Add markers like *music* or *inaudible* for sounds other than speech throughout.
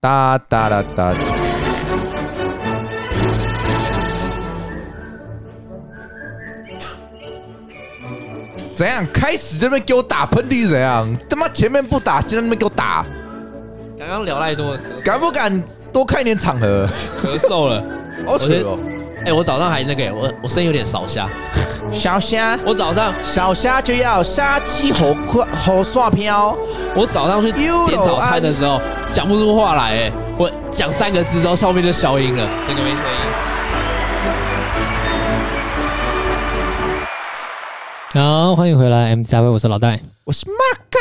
哒哒哒哒。怎样？开始这边给我打喷嚏是怎样？他妈前面不打，现在那边给我打，刚刚聊太多，咳敢不敢多看一点场合？咳嗽了。好扯哦！哎、我早上还那个，我我声音有点少下。小虾，我早上小虾就要杀鸡火锅火蒜飘。我早上去点早餐的时候讲不出话来，哎，我讲三个字之后上面就消音了，整个没声音。好，欢迎回来 M W，我是老戴。我是马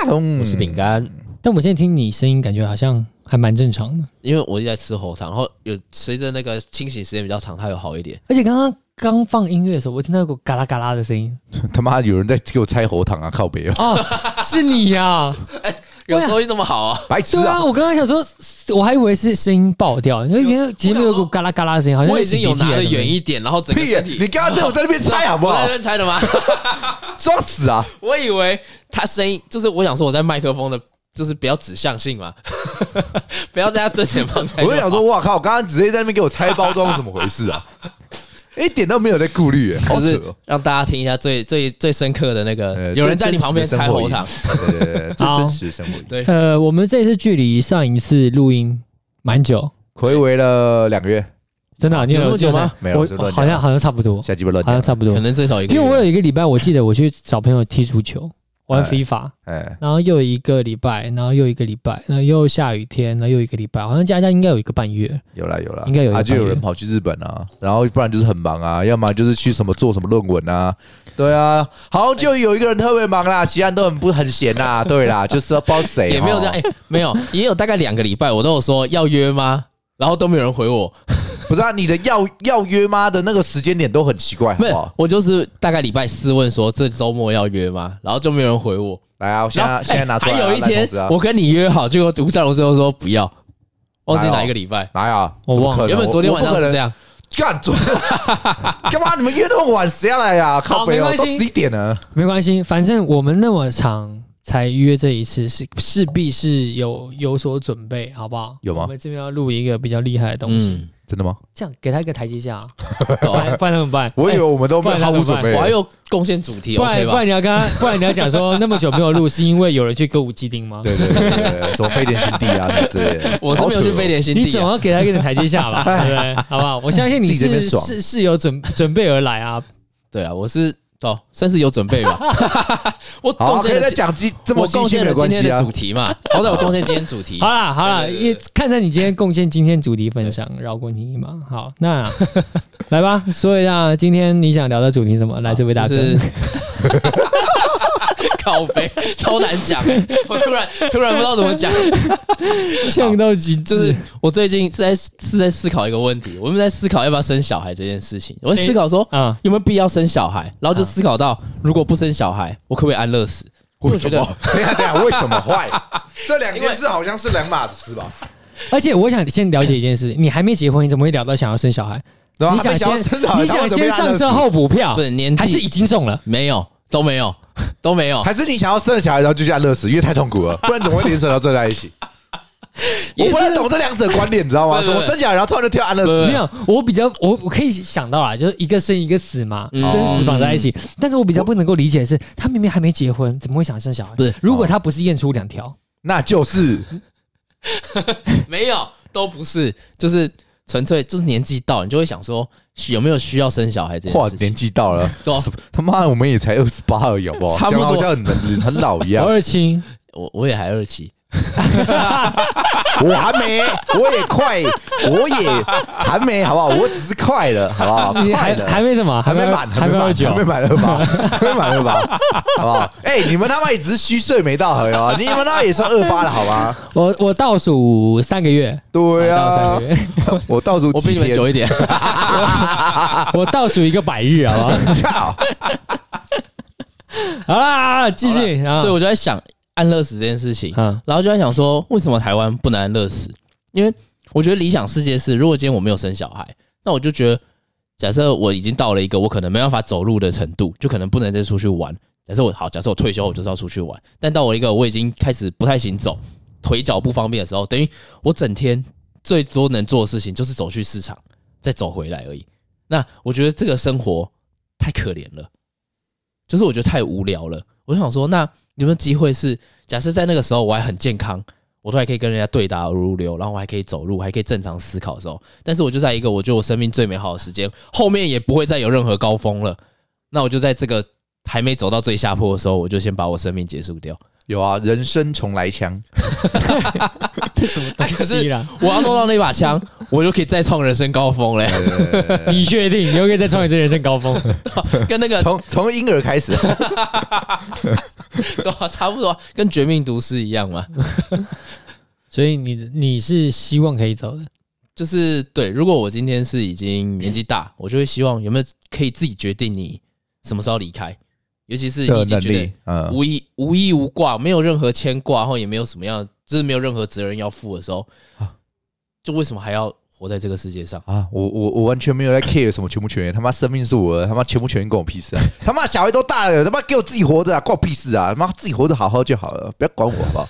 卡龙，我是饼干，但我现在听你声音，感觉好像还蛮正常的。因为我一直在吃喉糖，然后有随着那个清醒时间比较长，它有好一点。而且刚刚刚放音乐的时候，我听到一股嘎啦嘎啦的声音。他妈有人在给我拆喉糖啊！靠北哦，哦，是你呀、 *laughs* 有时候这么好啊，白痴对啊！啊，我刚刚想说，我还以为是声音爆掉，因为听到前面有股嘎啦嘎啦的声音，好像我已经有拿的的远一点，然后整个屁、身欸！体你刚刚在我在那边猜好不 *laughs* 我在好那？边啊猜的吗？装死啊！我以为他声音就是我想说我在麦克风的，就是不要指向性嘛， *laughs* 不要在他正前方猜。我就想说，，哇靠！刚刚直接在那边给我拆包装，怎么回事 *laughs* 啊？一点都没有在顾虑、欸，好就扯是哦！让大家听一下最最最深刻的那个呃，有人在你旁边拆喉糖，，这真实的生活仪对对对，这真实的生活仪。*laughs* 对，呃，我们这次距离上一次录音蛮久，回味了两个月，真的啊、你有那么久记得吗没有我这乱讲好像好像差不多，下鸡巴乱好像差讲。不多可。能最少一个因月。为我有一个礼拜，我记得我去找朋友踢足球，玩哎 FIFA，哎，然后又有一个礼拜，然后又一个礼拜，然后又下雨天，然后又一个礼拜，好像加加应该有一个半月。有啦有啦，应该有一个啊，就有半人月跑去日本啊，然后不然就是很忙啊，要么就是去什么做什么论文啊，对啊，好像就有一个人特别忙啦，其他人都很不很闲呐， *laughs* 对啦，就是不知道谁也没有哦这样，哎，没有，也有大概两个礼拜，我都有说要约吗？然后都没有人回我，不是啊，你的要要约吗的那个时间点都很奇怪，好没不有好？，我就是大概礼拜四问说这周末要约吗？然后就没有人回我。来啊，我现然在后现在哎拿出来啊，还有一烂天筒子啊我跟你约好，结果吴占龙最后说不要，忘记哪有哪一个礼拜。来啊，我怎么忘可了能原本昨天我晚我不上可能是这样，干准， *laughs* 干嘛你们约那么晚，谁要来呀、啊？靠北好哦没，都关系十一点了。没关系，反正我们那么长才约这一次，是势必是有有所准备，好不好？有吗我们这边要录一个比较厉害的东西，嗯，真的吗？这样给他一个台 *laughs* 阶下啊，懂不然不然怎么办？我以为哎我们都没有不毫然无怎准么办备我。还有贡献主题不然，OK 不吧然？你要跟他， *laughs* 不然你要讲说那么久没有录，是因为有人去歌舞伎町吗？对对对对对，什么非典新地 *laughs* 啊什么之类的。我是没有去飞典，点心你地总啊，要给他一点台阶 *laughs* 下吧，对不对？好不好？我相信你自己在那是边爽是是有准准备而来啊，对啊，我是哦，算是有准备吧。 *laughs* 我好啊，贡可以献再了今，讲今这么我细贡心献没了有今关天系的啊主。题嘛，好歹我贡献今天主题好。啊啦好啦，对对对也看在你今天贡献今天主题份上，饶过你一马。好，那 *laughs* 来吧，说一下今天你想聊的主题是什么？来，这位大哥就， *laughs* 是 *laughs* 靠背超难讲， *laughs* 我突然突然不知道怎么 *laughs* 讲。呛到极就致是。我最近是在是在思考一个问题，我们在思考要不要生小孩这件事情。我在思考说啊，有没有必要生小孩，然后就思考到如果不生小孩，我可不可以安乐死？为我觉什得么？ *laughs* 等一下等一下，为什么坏？这两件事好像是两码子事吧？而且我想先了解一件事，你还没结婚，你怎么会聊到想要生小孩？对啊吧？你他想们先要生小孩他你想们准备先要上热死车后补票，对年纪还是已经中了？没有，都没有， *laughs* 都没有。还是你想要生了小孩，然后就去安乐死，因为太痛苦了，不然怎么会联手到这在一 *laughs* 起？我不太懂这两者关联，你知道吗？对什对对么生小孩，然后突然就跳安乐死？没有，我比较我我可以想到啦，就是一个生一个死嘛，嗯生死绑在一起。但是我比较不能够理解的是，他明明还没结婚，怎么会想生小孩？不是如果他不是验出两条，那就是没有，都不是，就是纯粹就是年纪到，你就会想说有没有需要生小孩这哇件事，年情。纪到了，对啊什么他妈的，我们也才二十八而已，好不好？差不讲多得好像很很老一样。 *laughs* 二亲我我也还二期，我还没，我也快，我也还没，好不好？我只是快了，好不好？你快还了，还没什么，还没没满，还没二满，九还，没满二八， *laughs* 还没满二八，好不好？哎，你们他妈也只是虚岁没到而已啊！你们那也算二八了，好吗？我我倒数三个月，对倒数啊三个， *laughs* 月，我倒数我比几你们久天，一点。我倒数一个百日，好 *laughs* 不好？靠！好啦，继续啊所以我就在想安乐死这件事情，啊，然后就在想说，为什么台湾不能安乐死？因为我觉得理想世界是，如果今天我没有生小孩，那我就觉得，假设我已经到了一个我可能没办法走路的程度，就可能不能再出去玩。假设我好，假设我退休，我就是要出去玩。但到我一个我已经开始不太行走，腿脚不方便的时候，等于我整天最多能做的事情就是走去市场，再走回来而已。那我觉得这个生活太可怜了，就是我觉得太无聊了。我就想说，那有没有机会是，假设在那个时候我还很健康，我都还可以跟人家对答如流，然后我还可以走路，还可以正常思考的时候，但是我就在一个我觉得我生命最美好的时间，后面也不会再有任何高峰了。那我就在这个还没走到最下坡的时候，我就先把我生命结束掉。有啊，人生重来枪，这什么东西啦？我要弄到那把枪，我就可以再创人生高峰嘞，你确定？你哎又可以再创一次人生高峰？ *laughs* 跟那个从从婴儿开始，对啊差不多啊，跟绝命毒师一样嘛。所以你你是希望可以走的，就是对，如果我今天是已经年纪大，我就会希望有没有可以自己决定你什么时候离开，尤其是你的已经能觉得力，嗯，无依无依无挂，没有任何牵挂，然后也没有什么样，就是没有任何责任要负的时候，就为什么还要活在这个世界上？啊，我我我完全没有在 care 什么全不全员，他妈生命是我的，他妈全不全员关我屁事啊！他妈小孩都大了，他妈给我自己活着啊，关我屁事啊！他妈自己活着好好就好了，不要管我好 *laughs* 不好？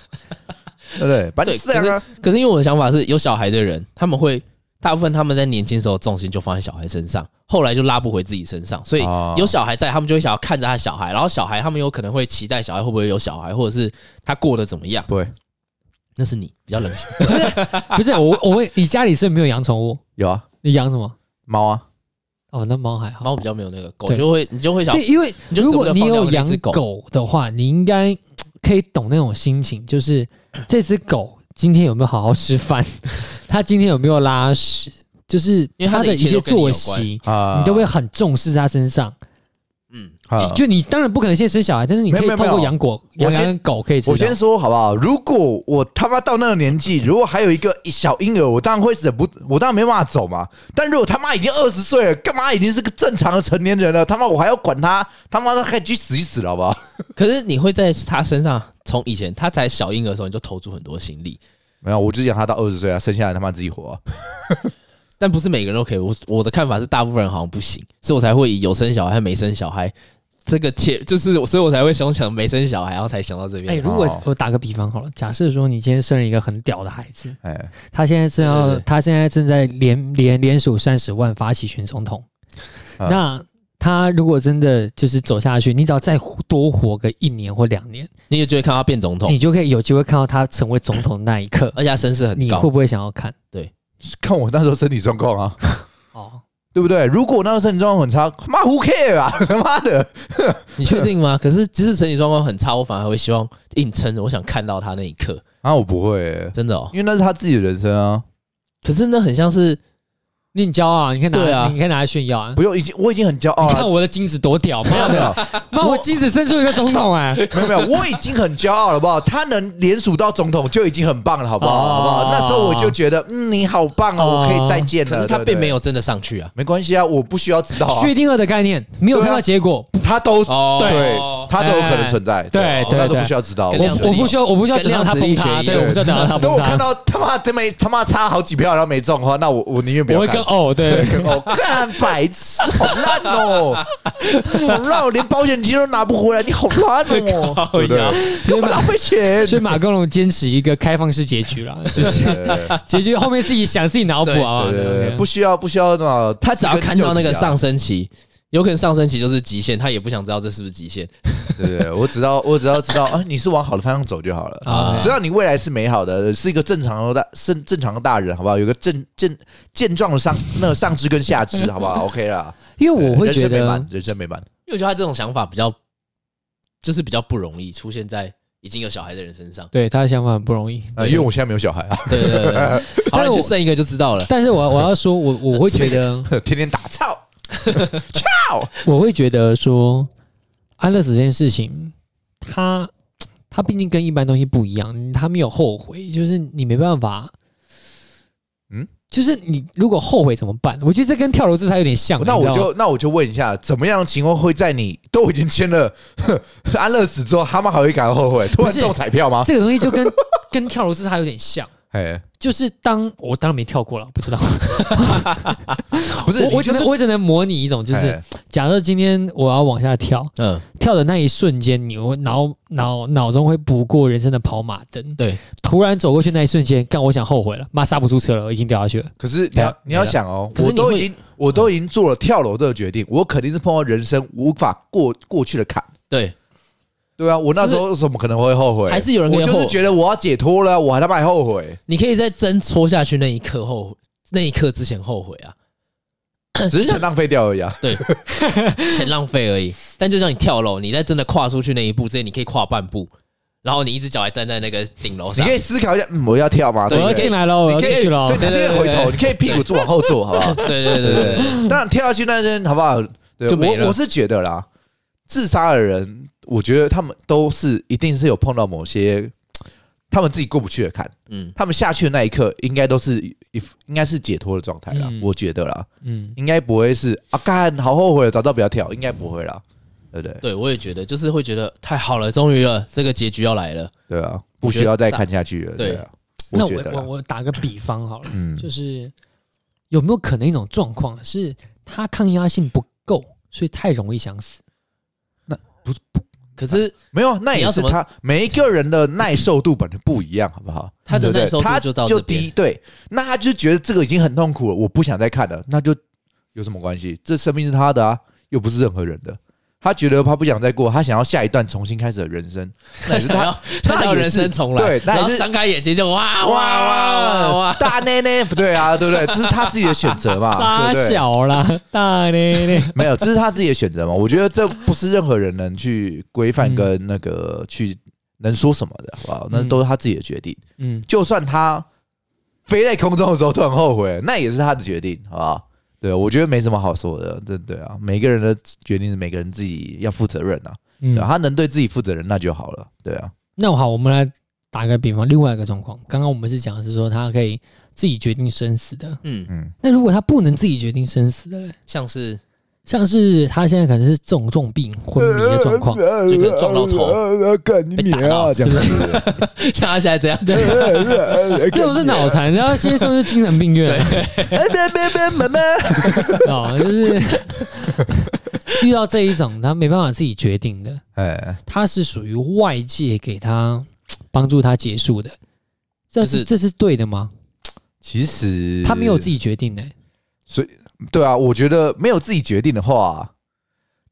对不对？把你对饲养啊，可是因为我的想法是有小孩的人，他们会大部分他们在年轻时候重心就放在小孩身上，后来就拉不回自己身上，所以哦有小孩在，他们就会想要看着他小孩，然后小孩他们有可能会期待小孩会不会有小孩，或者是他过得怎么样。不会那是你比较 *laughs* 冷血，不是我我问你家里是不是没有养宠物？有啊，你养什么？猫啊，哦，那猫还好。猫比较没有那个，狗对就会你就会想对，因为你就舍如不果得你放掉有那养只狗狗的话，你应该可以懂那种心情，就是这只狗今天有没有好好吃饭，它今天有没有拉屎，就是因为它它的的一切一些都跟你有作关息，啊，你都会很重视它身上。嗯，啊。就你当然不可能先生小孩，但是你可没以有没有透过养狗、没有养我先养狗可以知我道先。说好不好？如果我他妈到那个年纪，如果还有一个小婴儿，我当然会忍不，我当然没办法走嘛。但如果他妈已经二十岁了，干嘛已经是个正常的成年人了？他妈我还要管他？他妈的，可以去死一死了，好不好？可是你会在他身上，从以前他才小婴儿的时候，你就投注很多心力，没有，我就养他到二十岁啊，剩下的他妈自己活、啊。但不是每个人都可以。我我的看法是，大部分人好像不行，所以我才会以有生小孩和没生小孩这个切，就是我所以我才会想想没生小孩，然后才想到这边。哎、如果哦我打个比方好了，假设说你今天生了一个很屌的孩子，哎，他现在正要，对对对他现在正在联联联署三十万发起选总统。啊那他如果真的就是走下去，你只要再活多活个一年或两年，你也就会看他变总统你，就可以有机会看到他成为总统的那一刻。而且他身世很你会高。不会想要看？看我那时候身体状况啊，哦，对不对？如果我那时候身体状况很差，妈 who care 啊， *laughs* 他妈的！你确定吗？可是即使身体状况很差，我反而会希望硬撑着，我想看到他那一刻，啊，我不会、欸，真的哦因。为那是他自己的人生啊，可是那很像是那你骄傲、啊，你可以拿对来，啊哦你可以拿来炫耀啊！不用，已经我已经很骄傲你了看。我的精子多屌，没妈有没的，有妈我精子生出一个总统 *laughs* 哎、没有没有，我已经很骄傲了，好不好？他能联署到总统就已经很棒了，好不好？哦好不好？那时候我就觉得，嗯，你好棒哦，哦我可以再见了。可是他对不对并没，有真的上去啊。没关系啊，我不需要知道啊，薛定谔的概念没有看到结果，他都哦对哦，他都有可能存在，啊对对他都对不需要知道。跟我量子我力不需要，我不需要跟等到量他子崩力塌，学一对，样我不需要等到他等崩我塌看。到他妈他没他妈差好几票，然后没中的话，那我我宁愿不我要会看 *laughs* 跟。哦，对，，对跟我干白痴，好烂哦，好烂，我连保险金都拿不回来，你好烂哦，对不对？所干以嘛浪马费钱， *laughs* 所以马公龙坚持一个开放式结局 *laughs* 啦，就是对对对结局后面自己想自己脑补啊，对对对， OK 不需要不需要那么他只要看到那个上一升期，有可能上升期就是极限，他也不想知道这是不是极根限。就底啊，对对，我只要我只要知道啊，你是往好的方向走就好了。啊知道你未来是美好的，是一个正常的大正正常的大人，好不好？有个正正健壮的上那个上肢跟下肢，好不好？OK 啦。因为我会人生觉美得。满，人生美满。因为我觉得他这种想法比较，就是比较不容易出现在已经有小孩的人身 *laughs* 上对他的想法很不容易，呃，因为我现在没有小孩啊，对对对对，好，但你我就剩一个就知道了。但是我我要说，我我会觉 *laughs* 得，天天打操。我会觉得说，安乐死这件事情，它它毕竟跟一般东西不一样，它没有后悔，就是你没办法，嗯嗯，就是你如果后悔怎么办？我觉得这跟跳楼自杀有点像，那你知我道吗就那我就问一下，怎么样的情况会在你都已经签了呵安乐死之后，他们还会感到后悔，突然不是中彩票吗？ *laughs* 这个东西就跟跟跳楼自杀有点像，哎，就是当我当然没跳过了，不知道，不是，我我你就只能是我只能模拟一种，就是哎假设今天我要往下跳，嗯，跳的那一瞬间，你会脑脑脑中会补过人生的跑马灯，对，突然走过去那一瞬间，干我想后悔了，妈刹不住车了，我已经掉下去了，可是你要哎你要想哦，可是我你都会已经我都已经做了跳楼这个决定，我肯定是碰到人生无法过过去的坎。对，对啊，我那时候怎么可能会后悔？还是有人可以我就后是悔觉得我要解脱了，啊我还他妈还后悔，你可以在针戳下去那一刻后，那一刻之前后悔啊，只是钱浪费掉而已啊。 *laughs* 钱浪费而已。但就像你跳楼，你在真的跨出去那一步之前，你可以跨半步，然后你一只脚还站在那个顶楼你上可，以思考一下，嗯，我要跳吗？我啊对对不要对进来喽，我要你可进以去喽对，，你可以回头，你可以屁股坐往后坐，好不好？对对对对对对，对，当然跳下去那些好不好？对就没了我我是觉得啦，自杀的人，我觉得他们都是一定是有碰到某些他们自己过不去的坎，嗯，他们下去的那一刻，应该都是一应该是解脱的状态啦，嗯我觉得啦，嗯，应该不会是啊，干好后悔，早知道不要跳，应该不会啦，对不对？对我也觉得，就是会觉得太好了，终于了，这个结局要来了。对啊，不需要再看下去了，对对啊，那觉得我我啦，我打个比方好了，嗯，就是有没有可能一种状况是他抗压性不够，所以太容易想死？可是没有，那你也要是怎么他每一个人的耐受度本来不一样，好不好？他对不的对耐受他度就到这低，边，对，那他就觉得这个已经很痛苦了，我不想再看了，那就有什么关系？这生命是他的啊，又不是任何人的。他觉得他不想再过，他想要下一段重新开始的人生，那也是 *laughs* 他他要他要那也人是生重来，对那也然后是啊张开眼睛就哇哇哇哇哇哇哇哇，大内内不对啊，对不对？这是他自己的选择 *laughs* 嘛，傻啊对不对？小啦，大咧咧，没有，这是他自己的选择嘛。我觉得这不是任何人能去规范跟那个去能说什么的，好不好？那嗯都是他自己的决定。嗯，就算他飞在空中的时候突然后悔，那也是他的决定，好不好？对，我觉得没什么好说的，对对啊，每个人的决定是每个人自己要负责任啊，嗯对啊，他能对自己负责任那就好了，对啊，那好，我们来打个比方，另外一个状况，刚刚我们是讲的是说他可以自己决定生死的，嗯，嗯，那如果他不能自己决定生死的嘞，像是 *laughs* 像是他现在可能是重重病昏迷的状呃况，就可能撞到头，干你被打娘啊到这样是子，像他现在这样，对，啊这种是脑残，然后先送去精神病院 *laughs* 哎，别别别，妈妈，啊、就是 *laughs* 遇到这一种他没办法自己决定的，哎，他是属于外界给他帮助他结束的，这、就是是这是对的吗？其实他没有自己决定的、对啊，我觉得没有自己决定的话，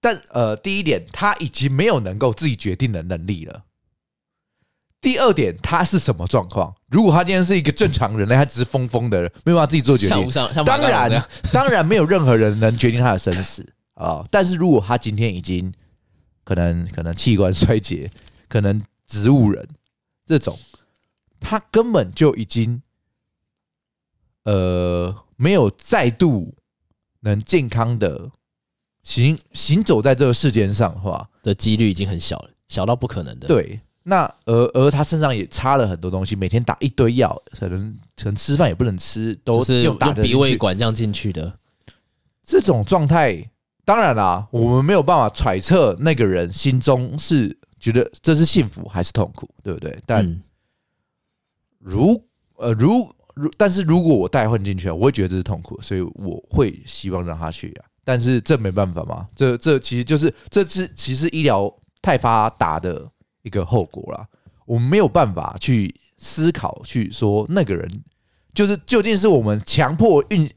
但呃，第一点，他已经没有能够自己决定的能力了。第二点，他是什么状况？如果他今天是一个正常人类，他只是疯疯的人，没有办法自己做决像定不，像啊像马当刚这然样， *laughs* 当然没有任何人能决定他的生死啊、但是如果他今天已经可能可能器官衰竭，可能植物人这种，他根本就已经呃没有再度能健康的行行走在这个世间上的话，的几率已经很小了，小到不可能的。，对，那而而他身上也插了很多东西，每天打一堆药，可能可能吃饭也不能吃，都就是用用打的鼻胃管这样进去的，这种状态，当然啦、我们没有办法揣测那个人心中是觉得这是幸福还是痛苦，对不对？但嗯如呃如如，但是如果我带混进去，啊我会觉得这是痛苦，所以我会希望让他去啊。但是这没办法嘛，这这其实就是这是其实医疗太发达的一个后果啦。我们没有办法去思考去说那个人就是究竟是我们强迫运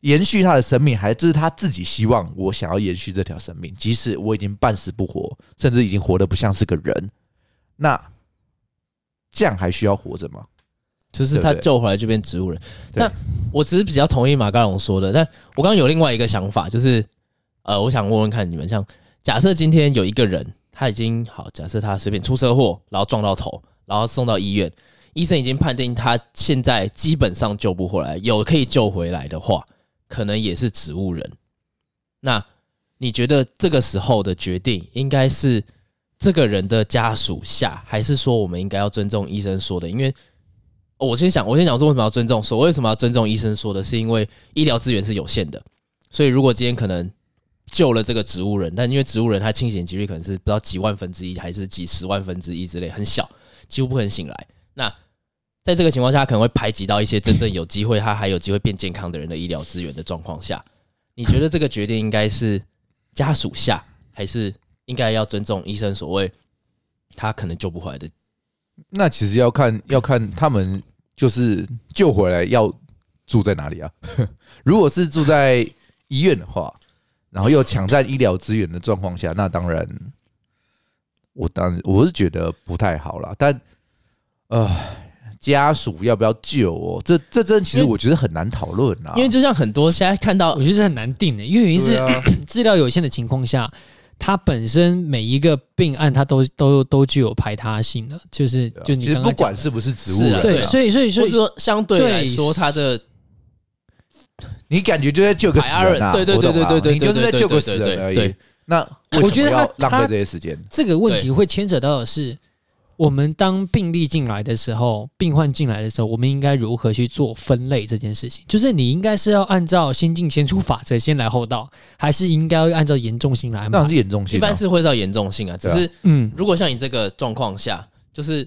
延续他的生命，还是这是他自己希望我想要延续这条生命，即使我已经半死不活，甚至已经活得不像是个人，那这样还需要活着吗？就是他对不对救回来就变植物人。对那我只是比较同意马高龙说的，但我刚刚有另外一个想法，就是呃，我想问问看你们，像假设今天有一个人他已经好，假设他随便出车祸，然后撞到头，然后送到医院，医生已经判定他现在基本上救不回来，有可以救回来的话，可能也是植物人。那你觉得这个时候的决定应该是这个人的家属下，还是说我们应该要尊重医生说的？因为、哦我先想，我先想说为什么要尊重？所谓为什么要尊重医生说的，是因为医疗资源是有限的，所以如果今天可能救了这个植物人，但因为植物人他清醒几率可能是不知道几万分之一还是几十万分之一之类，很小，几乎不可能醒来。那在这个情况下，他可能会排挤到一些真正有机会，他还有机会变健康的人的医疗资源的状况下，你觉得这个决定应该是家属下，还是应该要尊重医生所谓他可能救不回来的？那其实要看要看他们就是救回来要住在哪里啊？ *laughs* 如果是住在医院的话，然后又抢占医疗资源的状况下，那当然，我当然我是觉得不太好啦。但呃，家属要不要救哦？这这真的其实因为我觉得很难讨论啊。因为就像很多现在看到我觉得这很难定的，因为原因是对啊 *coughs* 治疗有限的情况下，它本身每一个病案它都都都具有排他性的，就是对啊就其你实刚不刚讲管是不是植是物啊人，对，所以所以所或者以说相对来说，他的你感觉就在救个死人啊？哎对对对我懂啊对对对你就是在对对救个死对对人而已对。那为什我么觉得他要浪他费这些时间？这个问题会牵扯到的是，我们当病例进来的时候，病患进来的时候，我们应该如何去做分类这件事情？就是你应该是要按照先进先出法则，先来后到，还是应该要按照严重性来安当然排？是严重性一啊、般是会到严重性啊，只对啊是嗯，如果像你这个状况下，就是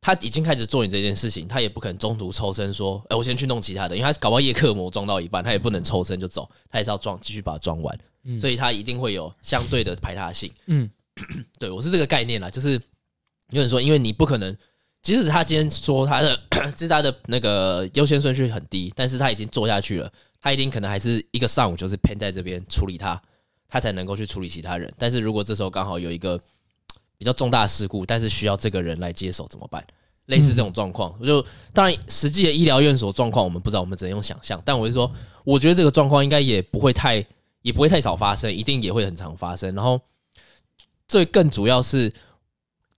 他已经开始做你这件事情，他也不可能中途抽身说，哎、我先去弄其他的，因为他搞不好叶克膜撞到一半，他也不能抽身就走，他也是要装，继续把它装完，嗯所以他一定会有相对的排他性。嗯，对我是这个概念啦，就是有人说，因为你不可能。即使他今天说他的，即使他的那个优先顺序很低，但是他已经做下去了，他一定可能还是一个上午就是偏在这边处理他，他才能够去处理其他人。但是如果这时候刚好有一个比较重大的事故，但是需要这个人来接手怎么办？类似这种状况，我就当然实际的医疗院所状况我们不知道，我们只能用想象。但我是说，我觉得这个状况应该也不会太，也不会太少发生，一定也会很常发生。然后最更主要是，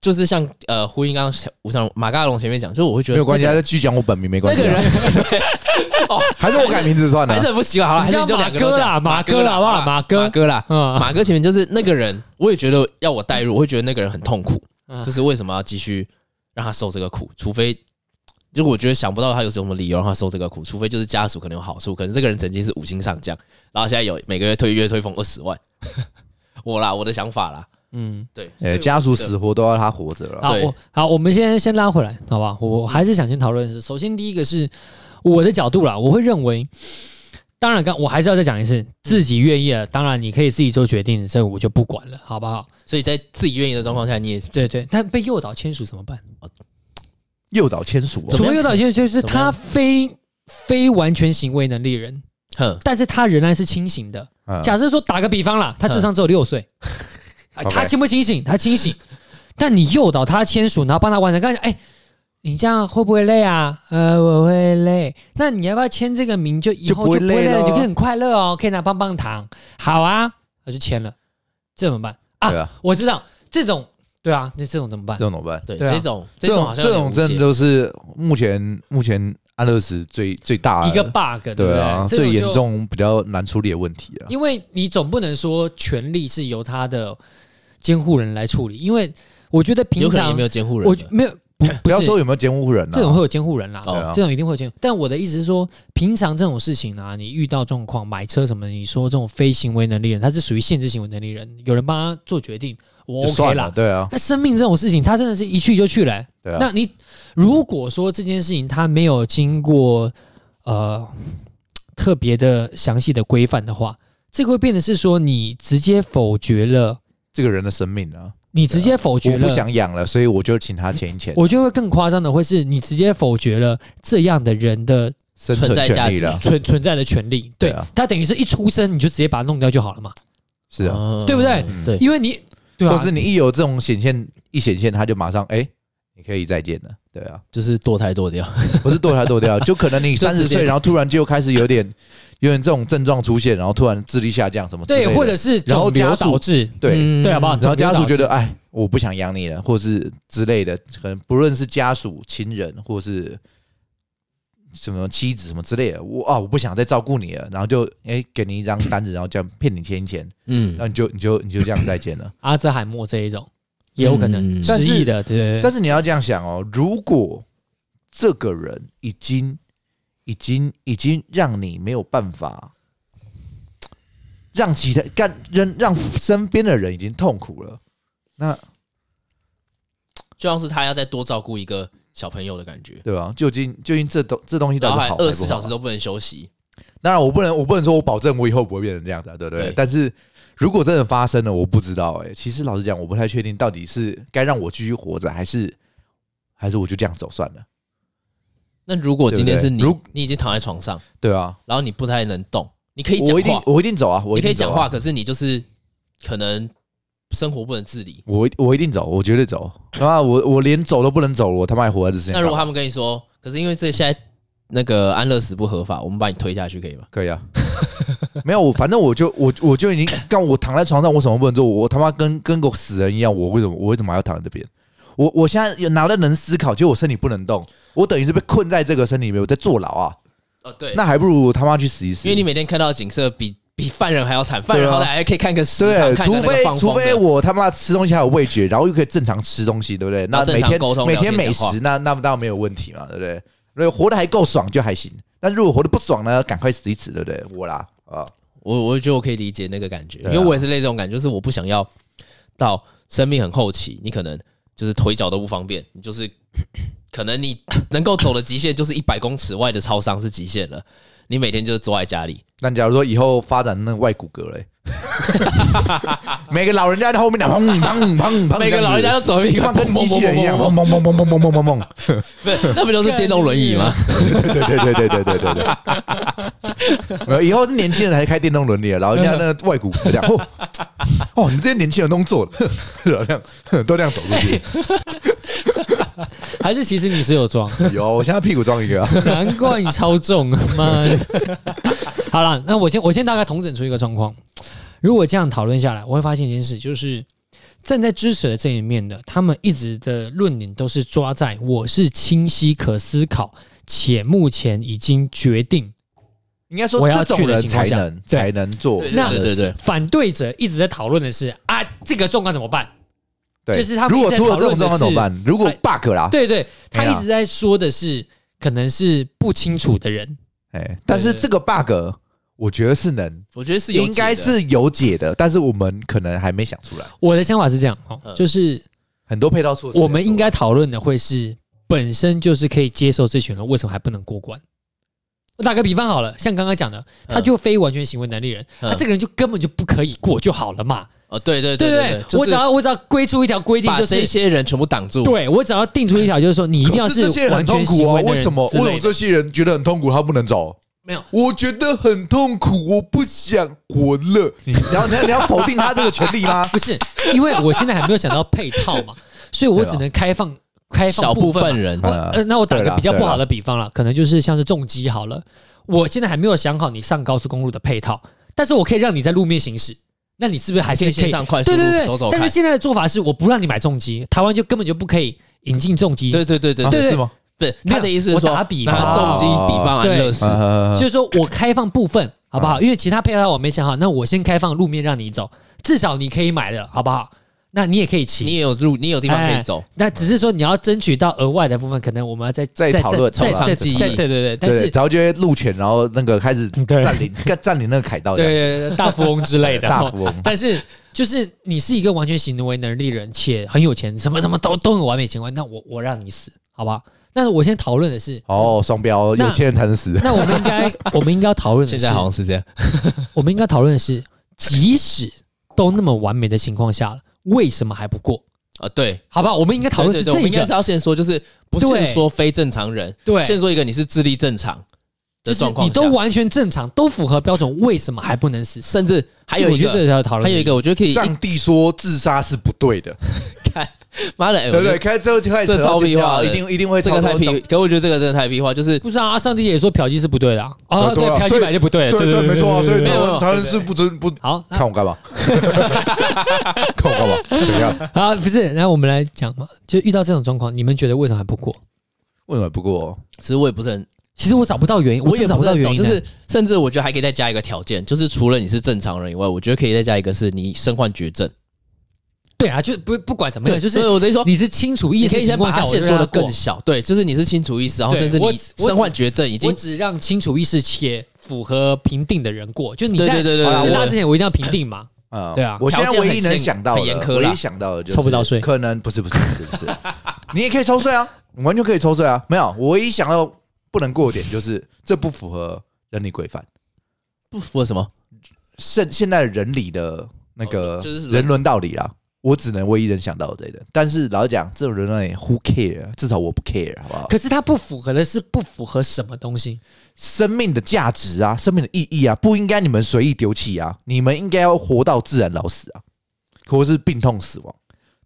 就是像呃呼应刚刚吴尚马嘎龙前面讲，就是我会觉没得有关系，那他个就继续讲我本名没关系、那个啊人。 *laughs* 哦，还是我改名字算了还是。很不啊习惯。好了，还你是叫你就马两个都哥啦讲马哥啦好不好马哥马啊哥啦，嗯马哥前面就是那个人，我也觉得要我代入，我会觉得那个人很痛苦，嗯就是为什么要继续让他受这个苦？除非就我觉得想不到他有什么理由让他受这个苦，除非就是家属可能有好处，可能这个人曾经是五星上将，然后现在有每个月退月退俸二十万。 *laughs* 我啦，我的想法啦，嗯，对，所以呃、我家属觉得死活都要他活着了。好，对我好，我们先先拉回来，好吧？我我还是想先讨论的是，首先第一个是我的角度啦，我会认为，当然刚我还是要再讲一次，自己愿意了，当然你可以自己做决定，这个我就不管了，好不好？所以在自己愿意的状况下，你也啊是对对，但被诱导签署怎么办？诱导签署、怎哦，么所样谓诱导签署就是怎么他样非非完全行为能力人，哼，但是他仍然是清醒的。嗯假设说打个比方啦，他智商只有六岁，啊 OK 他清不清醒？他清醒，但你诱导他签署，然后帮他完成，刚才哎。你这样会不会累啊？呃，我会累。那你要不要签这个名？就以后就不会就不会累累了，了你就可以很快乐哦，可以拿棒棒糖。好啊，我就签了。这怎么办啊？对啊，我知道这种，对啊，那这种怎么办这？种怎么办？对对啊这种这种种好像有这点种真的误解都是目前目前安乐死最最大的一个 bug，对不对啊这种最就严重比较难处理的问题啊。因为你总不能说权利是由他的监护人来处理，因为我觉得平有可能也常没有监护人我的，没有 *laughs* 不不不要是说有没有监护人啊，这种会有监护人啦，对啊这种一定会有监护。但我的意思是说，平常这种事情啊，你遇到状况买车什么，你说这种非行为能力人，他是属于限制行为能力人，有人帮他做决定，我就 OK 算了，啦。对啊，那生命这种事情，他真的是一去就去了欸、对啊。那你如果说这件事情它没有经过呃特别的详细的规范的话，这个会变得是说你直接否决了，这个人的生命啊，你直接否决我不了。想养了，所以我就请他签一签我觉得会更夸张的会是你直接否决了这样的人的生存存在价权利值了，存存在的权利，对啊对啊他等于是一出生你就直接把他弄掉就好了嘛，是啊，嗯对不对嗯对，因为你对或啊是，你一有这种显现一显现，他就马上哎、你可以再见了，对啊。就是堕胎堕掉。不是堕胎堕 *laughs* 掉，就可能你就三直接十岁，然后突然就开始有点有点这种症状出现，然后突然智力下降什么之类对，的，或者嗯是然后肿瘤家属导致， *laughs* 对，嗯对好不好然后家属觉肿瘤导致得哎，我不想养你了，或是之类的，可能不论是家属、亲人，或是什么妻子什么之类的，我啊我不想再照顾你了，然后就哎给你一张单子，然后这样骗你签一签，嗯然，后你就你就你就这样再见了。阿兹海默这一种也有可能嗯失忆的，对对对。但是你要这样想哦，如果这个人已经、已经、已经让你没有办法让其他干让让身边的人已经痛苦了，那就像是他要再多照顾一个小朋友的感觉，对吧？究竟究竟这东这东西到然底后还好还二不十四好啊小时都不能休息，当然，我不能，我不能说我保证我以后不会变成这样子、啊，对不对？对但是如果真的发生了，我不知道、欸。哎，其实老实讲，我不太确定到底是该让我继续活着，还是还是我就这样走算了，那如果今天是你对不对如，你已经躺在床上，对啊，然后你不太能动，你可以讲我一定话，我一定走啊，我你一可以定走讲啊话，，可是你就是可能生活不能自理。我一我一定走，我绝对走。啊，我我连走都不能走了，我他妈还活在这世界上？那如果他们跟你说，可是因为这现在那个安乐死不合法，我们把你推下去可以吗？可以啊， *laughs* 没有我，反正我就我我就已经干，我躺在床上，我什么不能做？我他妈跟跟个死人一样，我为什么我为什么还要躺在这边？我我现在有脑袋能思考，结果我身体不能动，我等于是被困在这个身体里面，我在坐牢啊！哦，对，那还不如他妈去死一死。因为你每天看到的景色比比犯人还要惨，犯人对啊好歹还可以看个时对长，，看除个那个非放风除非的我他妈吃东西还有味觉，然后又可以正常吃东西，对不对？那然后每正常天沟通每聊天天美讲话食，那那当然没有问题嘛，对不对？所以活得还够爽就还行。但如果活得不爽呢，赶快死一死，对不对？我啦啊，我我觉得我可以理解那个感觉，因对啊为我也是类似这种感觉，就是我不想要到生命很后期，你可能就是腿脚都不方便，你就是可能你能够走的极限就是一百公尺外的超商是极限了，你每天就是坐在家里，那假如说以后发展那个外骨骼嘞，每个老人家在后面讲砰砰砰砰，每个老人家都走一一个放跟机器人一样，砰砰砰砰砰砰砰砰砰，不是那不就是电动轮椅 *laughs* 吗？对对对对对对对对对。没有，以后是年轻人才开电动轮椅了，老人家那个外骨骼这样，哦哦，你们这些年轻人都做了， *laughs* 老这样都这样走出去。还是其实你是有装，有，我现在屁股装一个啊，难怪你超重，啊妈的！ *laughs* 好了，那我先我先大概统整出一个状况。如果这样讨论下来，我会发现一件事，就是站在支持的这一面的，他们一直的论点都是抓在我是清晰可思考，且目前已经决定。应该说我要这去种的人情才况下能对才能做，对那对对对反对者一直在讨论的是啊，这个状况怎么办？对，就是他们如果出了这种一直在状况讨论的是哎怎么办？如果 bug 啦，对对，他对啊一直在说的是可能是不清楚的人，哎，但是对这个 bug 我觉得是能。我觉得是有应该解的是有解的，但是我们可能还没想出来。我的想法是这样哦，嗯就是很多配套措施，我们应该讨论的会是本身就是可以接受这群人为什么还不能过关。我打个比方好了，像刚刚讲的，嗯他就非完全行为能力人，嗯他这个人就根本就不可以过就好了嘛，哦，对对对对不对，就是我只要我只要规出一条规定，把就这是些人全部挡住，对我只要定出一条，就是说你一定要可是这些人完很痛全行苦啊！为能为力什么？之为什么类的这些人觉得很痛苦，他不能走？没有，我觉得很痛苦，我不想活了。你然后你要你要否定他这个权利吗？不是，因为我现在还没有想到配套嘛，所以我只能开放开放小部分嘛分人我啊呃，那我打对个啦比较对不好啦的比方了，可能就是像是重机好了，我现在还没有想好你上高速公路的配套，但是我可以让你在路面行驶，那你是不是还是可以可先以？上快速对路对走对走，但看是，现在的做法是我不让你买重机，台湾就根本就不可以引进重机，对对 *laughs* 对对啊对，是吗？不是没有他的意思是我说打比拿重方击比方安乐死，啊就是说我开放部分好不好？因为其他配套我没想好，那我先开放路面让你走，至少你可以买的好不好？那你也可以骑，你也有路，你有地方哎可以走，那只是说你要争取到额外的部分，可能我们要再再讨论再从长再计议再对对对，但对，是然后就会路权，然后那个开始对占领 *laughs* 干占领那个凯道对这样，对对大富翁之类的，大富翁。但是就是你是一个完全行为能力人，且很有钱，什么什么都都很完美情况，那我我让你死，好不好？但是我先讨论的是，哦，双标，那有钱人才能死。那我们应该我们应该要讨论的是，现在好像是这样，我们应该讨论的是，即使都那么完美的情况下了，为什么还不过？啊，对，好吧，我们应该讨论对是对这对我们个，应该是要先说，就是不是对说非正常人，对先说一个你是智力正常就的是状况你下，都完全正常，都符合标准，为什么还不能死？甚至还有我一觉得这个，条讨还论，有一个，我觉得可以上帝说自杀是不对的，看，妈的，哎对不我觉对？得开之后就开始这超屁话的一定一定会这个超太多屁，可我觉得这个真的太屁话，就是不是啊，上帝也说嫖妓是不对的啊，哦，呃对对，啊所嫖妓以本来就不对，对对，没错啊。所以对台没湾有台湾是不尊不好，那看我干 *laughs* 嘛？看我干嘛？怎么样？ *laughs* 啊，不是，然后我们来讲嘛，就遇到这种状况，你们觉得为什么还不过？为什么不过？哦其实我也不是很，其实我找不到原因，我真也的找不不是到很原懂，就因呢，是甚至我觉得还可以再加一个条件，就是除了你是正常人以外，我觉得可以再加一个是你身患绝症，对啊，就不不管怎么样，就所以是我的意思说。你是清楚意你可识以情先把况下，它我就线缩让的它更过小，对，就是你是清楚意识，然后对甚至我你我身患绝症已我经只让清楚意识且符合评定的人过，就你在对对对对好啦对自对杀对 *coughs* 之前，我一定要评定嘛，呃对啊我现在条件很唯一能限想到的，很严苛唯啦一想到的就是抽不到税可能不是不是不是不是， *laughs* 你也可以抽税啊，你完全可以抽税啊。没有，我唯一想到不能过的点就是这不符合人理规范，不符合什么？现现在的人理的那个哦就是人伦道理啊。我只能唯一能想到的这一点，但是老实讲这种人伦道理 who care，至少我不 care，好不好？可是它不符合的是不符合什么东西？生命的价值啊，生命的意义啊，不应该你们随意丢弃啊，你们应该要活到自然老死啊，或是病痛死亡，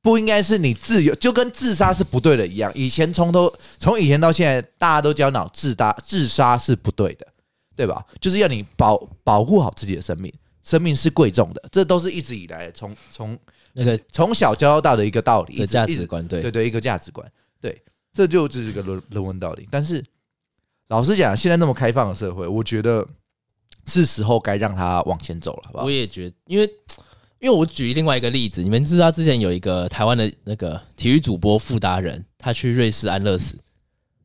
不应该是你自由，就跟自杀是不对的一样。以前从头从以前到现在，大家都教脑自杀自杀是不对的，对吧？就是要你保保护好自己的生命，生命是贵重的，这都是一直以来从从那个从小教到大的一个道理，的一直价一直值观，对对，对，一个价值观，对，这就只是一个人人文道理。但是老实讲，现在那么开放的社会，我觉得是时候该让它往前走了，好不好我？也觉得，因为因为我举另外一个例子，你们知道之前有一个台湾的那个体育主播傅达人，他去瑞士安乐死，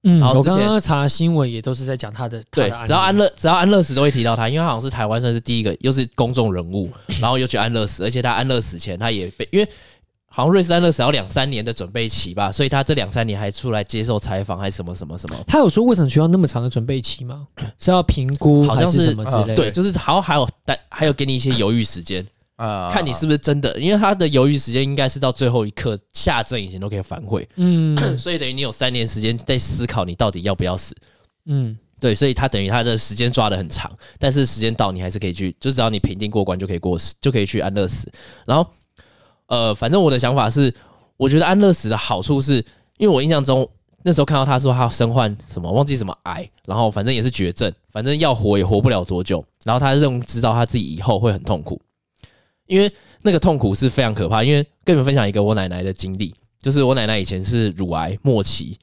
嗯，然后我之刚前刚查新闻也都是在讲他的，对他只的，案例要安乐只要安乐死都会提到他，因为他好像是台湾算是第一个，又是公众人 *laughs* 物，然后又去安乐死，而且他安乐死前他也被因为。好像瑞士安乐死要两三年的准备期吧，所以他这两三年还出来接受采访，还什么什么什么，他有说为什么需要那么长的准备 *coughs* 期吗？是要评估好像还是是呃什么之类的？对，就是好像还有但还有给你一些犹豫时间， *laughs* 啊看你是不是真的，因为他的犹豫时间应该是到最后一刻下阵以前都可以反悔，嗯所以等于你有三年时间在思考你到底要不要死。嗯，对，所以他等于他的时间抓得很长，但是时间到你还是可以去，就只要你评定过关就可以过死，就可以去安乐死。然后，呃，反正我的想法是，我觉得安乐死的好处是，因为我印象中那时候看到他说他身患什么忘记什么癌，然后反正也是绝症，反正要活也活不了多久，然后他认知到他自己以后会很痛苦，因为那个痛苦是非常可怕。因为跟你们分享一个我奶奶的经历，就是我奶奶以前是乳癌末期，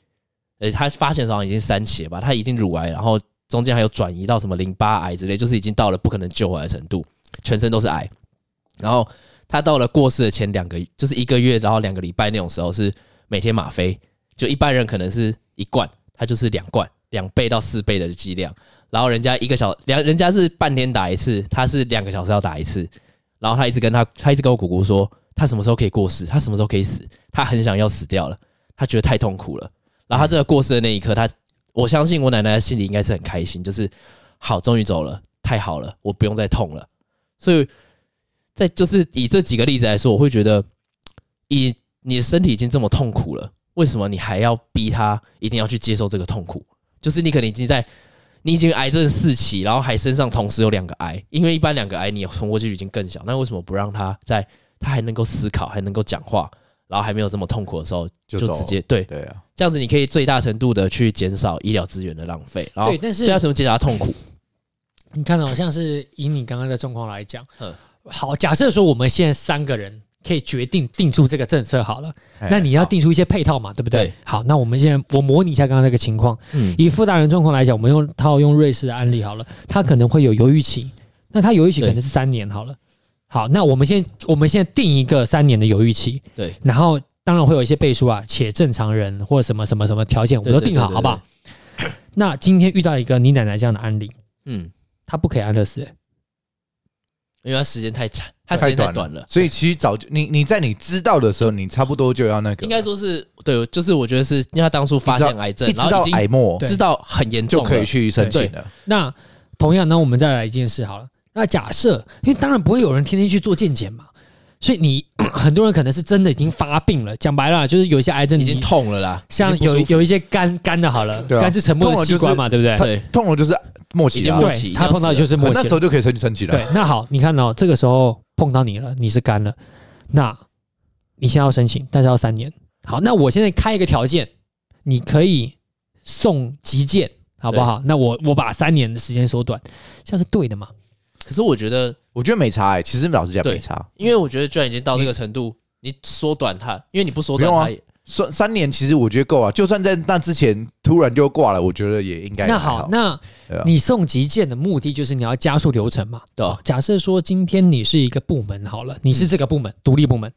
呃，她发现的时候好像已经三期了吧，她已经乳癌，然后中间还有转移到什么淋巴癌之类，就是已经到了不可能救回来的程度，全身都是癌。然后她到了过世的前两个，就是一个月，然后两个礼拜那种时候是每天吗啡，就一般人可能是一罐，她就是两罐，两倍到四倍的剂量。然后人家一个小两，人家是半天打一次，她是两个小时要打一次。然后她一直跟她，她一直跟我姑姑说，她什么时候可以过世，她什么时候可以死，她很想要死掉了，她觉得太痛苦了。然后她这个过世的那一刻，她我相信我奶奶心里应该是很开心，就是好，终于走了，太好了，我不用再痛了。所以，在就是以这几个例子来说，我会觉得，以你的身体已经这么痛苦了，为什么你还要逼他一定要去接受这个痛苦？就是你可能已经在，你已经癌症四期，然后还身上同时有两个癌，因为一般两个癌你存活几率已经更小，那为什么不让他在他还能够思考，还能够讲话，然后还没有这么痛苦的时候，就就走直接对对啊，这样子你可以最大程度的去减少医疗资源的浪费，然后对，但是最大程度减少他痛苦。你看哦好像是以你刚刚的状况来讲嗯，好，假设说我们现在三个人可以决定定出这个政策好了，哎那你要好定出一些配套嘛，对不对？对好，那我们现在我模拟一下刚刚那个情况，嗯，以傅大人状况来讲，我们用套用瑞士的案例好了，他可能会有犹豫期，那他犹豫期可能是三年好了。好，那我们先我们现在定一个三年的犹豫期，对，然后当然会有一些背书啊，且正常人或什么什么什么条件，我们都对对定好，对对好不好？那今天遇到一个你奶奶这样的案例，嗯，她不可以安乐死、欸因为他时间太长，他时间太短了，所以其实早就你你在你知道的时候，你差不多就要那个，应该说是对，就是我觉得是因为他当初发现癌症一，直然后到已经癌末知道很严重就了，可以去申请了。那同样，那我们再来一件事好了。那假设，因为当然不会有人天天去做健检嘛，所以你 *coughs* 很多人可能是真的已经发病了。讲白了，就是有一些癌症已经你痛了啦，像已经不有舒服有一些肝肝的好了，对啊肝是沉默的器官嘛，对不对？他对痛了就是末期已经啊末，对，期他碰到的就是可默那契时候了。就可以申申请了对。，那好，你看哦，这个时候碰到你了，你是肝了，那你现在要申请，但是要三年。好，那我现在开一个条件，你可以送急件，好不好？那我我把三年的时间缩短，这样是对的嘛？可是我觉得，我觉得没差哎，其实老实讲对没差，因为我觉得居然已经到这个程度，你缩短它，因为你不缩短不用啊它也，三三年其实我觉得够啊，就算在那之前突然就挂了，我觉得也应该那还好，那对啊你送急件的目的就是你要加速流程嘛？对哦啊，假设说今天你是一个部门好了，你是这个部门独立部门，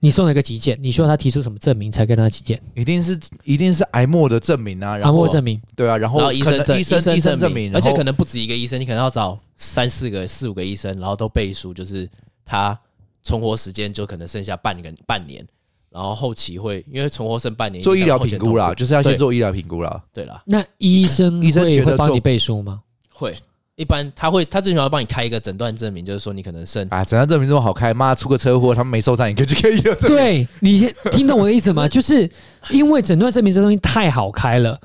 你送了一个急件，你需要他提出什么证明才跟他急件？一定是一定是癌末的证明啊，然然后后证明，对啊，然后然后医生可能证医生医生证证明，而且可能能不止一个医生，你可能要找三四个、四五个医生，然后都背书，就是它存活时间就可能剩下半个半年，然后后期会因为存活剩半年，做医疗后期评很估啦，痛苦就是要先做医疗评估啦。对啦，那医生医生会觉得会帮做你背书吗？会一般他会他最起码要帮你开一个诊断证明，就是说你可能剩啊，诊断证明这么好开，妈出个车祸，他们没受伤，你可以去看医疗证明。对你先听懂我的意思 *laughs* 吗？就是因为诊断证明这东西太好开了，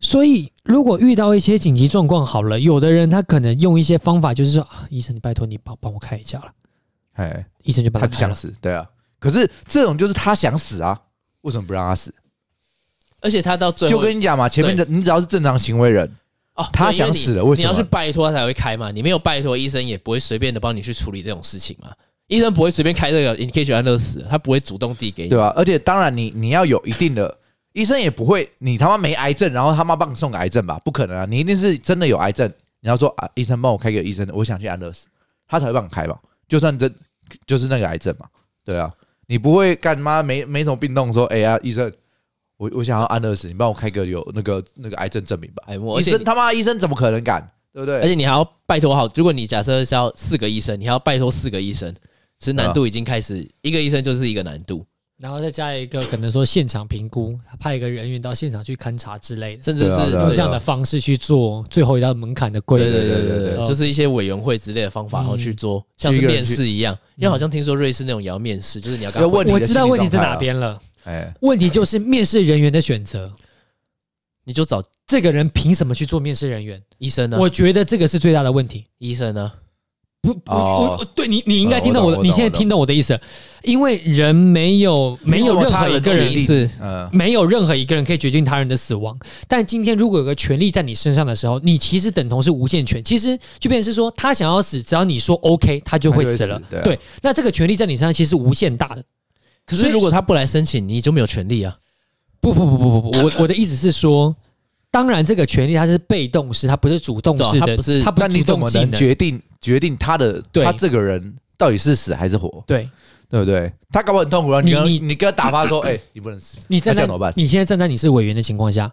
所以如果遇到一些紧急状况，好了，有的人他可能用一些方法，就是说、啊医生，你拜托你帮帮我看一下了， *laughs* 哎，医生就帮他他就看想了。死，对啊。可是这种就是他想死啊，为什么不让他死？而且他到最后就跟你讲嘛，前面的你只要是正常行为人，哦，他对因想你死了为什你要么去拜托他才会开嘛，你没有拜托，医生也不会随便的帮你去处理这种事情嘛。医生不会随便开这个 i n c a s e 安乐死，他不会主动递给你。对啊吧、而且当然你，你要有一定的，医生也不会，你他妈没癌症，然后他妈帮你送个癌症吧？不可能啊！你一定是真的有癌症，你要说啊，医生帮我开个医生，我想去安乐死，他才会帮你开吧？就算真就是那个癌症嘛，对啊，你不会干妈没没什么病痛说，哎、呀，医生，我我想要安乐死，你帮我开个有那个那个癌症证明吧？哎，我医而且生你他妈医生怎么可能敢？对不对？而且你还要拜托好，如果你假设是要四个医生，你还要拜托四个医生，其实难度已经开始，一个医生就是一个难度，然后再加一个可能说现场评估，他派一个人员到现场去勘察之类的，甚至对啊是对啊用对这样的方式去做最后一道门槛的规呃对则。对对对对对呃对对，就是一些委员会之类的方法，然后去做，像去是一个人面试一样。因为好像听说瑞士那种也要面试，就是你要跟他要问混我你的知道心理问题在状态哪啊边了，哎，问题就是面试人员的选择，你就找这个人凭什么去做面试人员？医生啊，我觉得这个是最大的问题。医生啊，不，不哦我我对你，你应该哦听懂我我懂的，我你懂现在我懂听懂我的意思了，因为人没有没有任何一个人人决定是嗯，没有任何一个人可以决定他人的死亡，但今天如果有个权利在你身上的时候，你其实等同是无限权。其实就变成是说，他想要死，只要你说 OK，他就会死他就了。会死对啊对，那这个权利在你身上其实是无限大的。可所是以如果他不来申请，你就没有权利啊。不不不不不不，我我的意思是说，当然这个权利它是被动式，它不是主动式啊对的，它不是它不那是你主怎动么技能能。决定决定他的对他这个人到底是死还是活？对对不对？他搞不好很痛苦，然后啊你跟他你你你跟他打发说，哎、你不能死，你站那这在样怎么办你现在站在你是委员的情况下，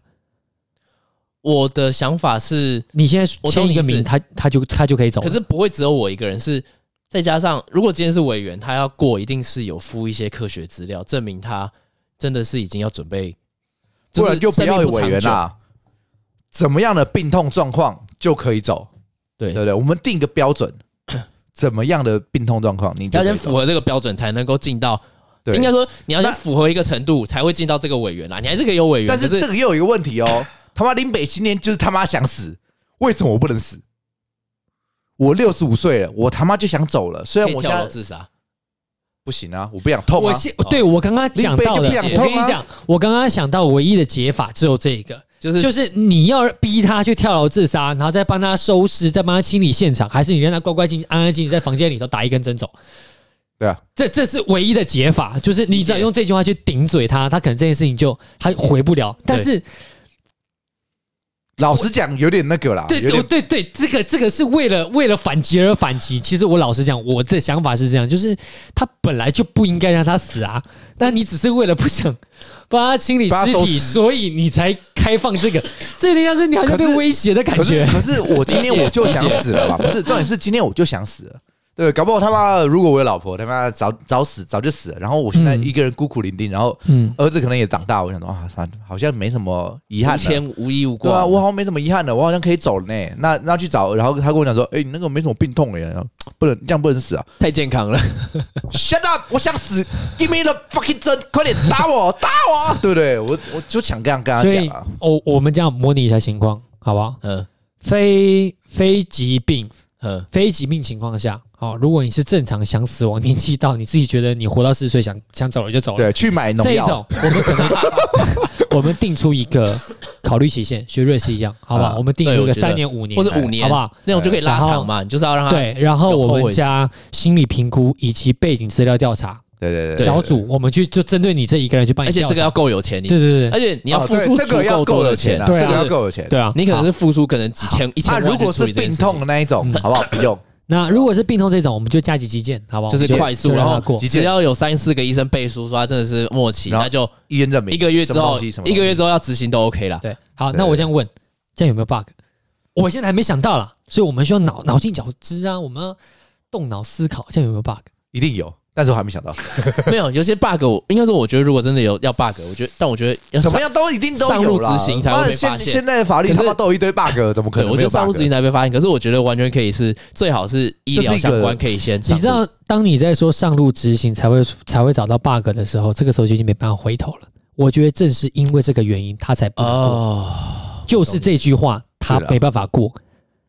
我的想法是，你现在我懂签一个你意思名，他他就他就可以走了。可是不会只有我一个人，是再加上如果今天是委员，他要过，一定是有附一些科学资料，证明他真的是已经要准备，不然就不是要生命有不委长员久。啦。怎么样的病痛状况就可以走，对对不对？我们定一个标准，怎么样的病痛状况你就要可以先符走。合这个标准，才能够进到。对应该说你要那先符合一个程度，才会进到这个委员啦。啊你还是可以有委员，但是可这个又有一个问题哦，他妈林北新年就是他妈想死，为什么我不能死？我六十五岁了，我他妈就想走了，虽可然以我现跳楼在自杀，不行啊，我不想痛我啊。现对我刚刚讲到的，林北就不想我跟痛啊你讲，我刚刚想到唯一的解法只有这一个，就是就是你要逼他去跳楼自杀，然后再帮他收拾，再帮他清理现场，还是你让他乖乖静安安静静在房间里头打一根针走？对啊，这这是唯一的解法，就是你只要用这句话去顶嘴他，他可能这件事情就他回不了。但是老实讲，有点那个啦，对有对点对对，这个这个是为了为了反击而反击。其实我老实讲，我的想法是这样，就是他本来就不应该让他死啊，但你只是为了不想帮他清理帮尸他收体，拾所以你才开放 *laughs* 这个，这有点像是你好像可被是威胁的感可是 *laughs* 觉。可是我今天我就想死了吧？不是，重点是今天我就想死了。对，搞不好他妈的如果我有老婆，他妈早早死早就死了。然后我现在嗯一个人孤苦伶仃，然后嗯，儿子可能也长大，我想说啊，反正好像没什么遗憾了。无牵无依无对挂。啊，我好像没什么遗憾了，我好像可以走了呢。那那去找，然后他跟我讲说，哎、你那个没什么病痛耶，然后不能这样不能死啊。太健康了， Shut up！我想死，Give me the fucking 针，快点打我，打 *laughs* 我，对不对？我我就想这样跟他所讲以啊，我哦我们这样模拟一下情况，好不好？ *laughs* 嗯非非疾病。嗯，非疾病情况下，好、如果你是正常想死亡，年纪到你自己觉得你活到四十岁想想走了就走了，对，去买农这一药。种我们 *laughs* 可能我们定出一个考虑期限，学瑞士一样，好不好？啊我们定出对一我个觉得三年、五年或者五年，好不好？？那种就可以拉然后长嘛，你就是要让他对，然后有我后们悔加心理评估以及背景资料调查对对对对，小组，我们去就针对你这一个人去帮你而且调查。这个要哎够有钱，你对对对而对且你要哦付对出这足个要够够多有的钱啊，对啊这个要够有钱。对啊！你可能好是付出可能几千、一千啊，万。如果是病痛的，那一嗯种，好不 *laughs* 好？不用，那如果是病痛这种，我们就加急急件，好不好？就是我们快速就让然它后过急只要有三四个医生背书说他真的是末期，然后那就医院证明一个月之后，一个月之后，后要执行都 OK 啦。对，好，对那我这样问，这样有没有 bug？我现在还没想到啦，所以我们需要脑脑筋绞汁啊，我们要动脑思考，这样有没有 bug？一定有，但是我还没想 *laughs* 到，没有有些 bug，我应该说，我觉得如果真的有要 bug，我觉得，但我觉得 *laughs* 要怎么上？样都一定都上有路啦。执行才会妈的被发现现现在的法律可是他妈都有一堆 bug，怎么可对，能？我觉得上路执行，才被发现，可是我觉得完全可以是最好是医疗相关可以先上你路，知道，当你在说上路执行才会才会找到 bug 的时候，这个时候就已经没办法回头了。我觉得正是因为这个原因，他才不能做。哦，就是这句话，他是啊没办法过。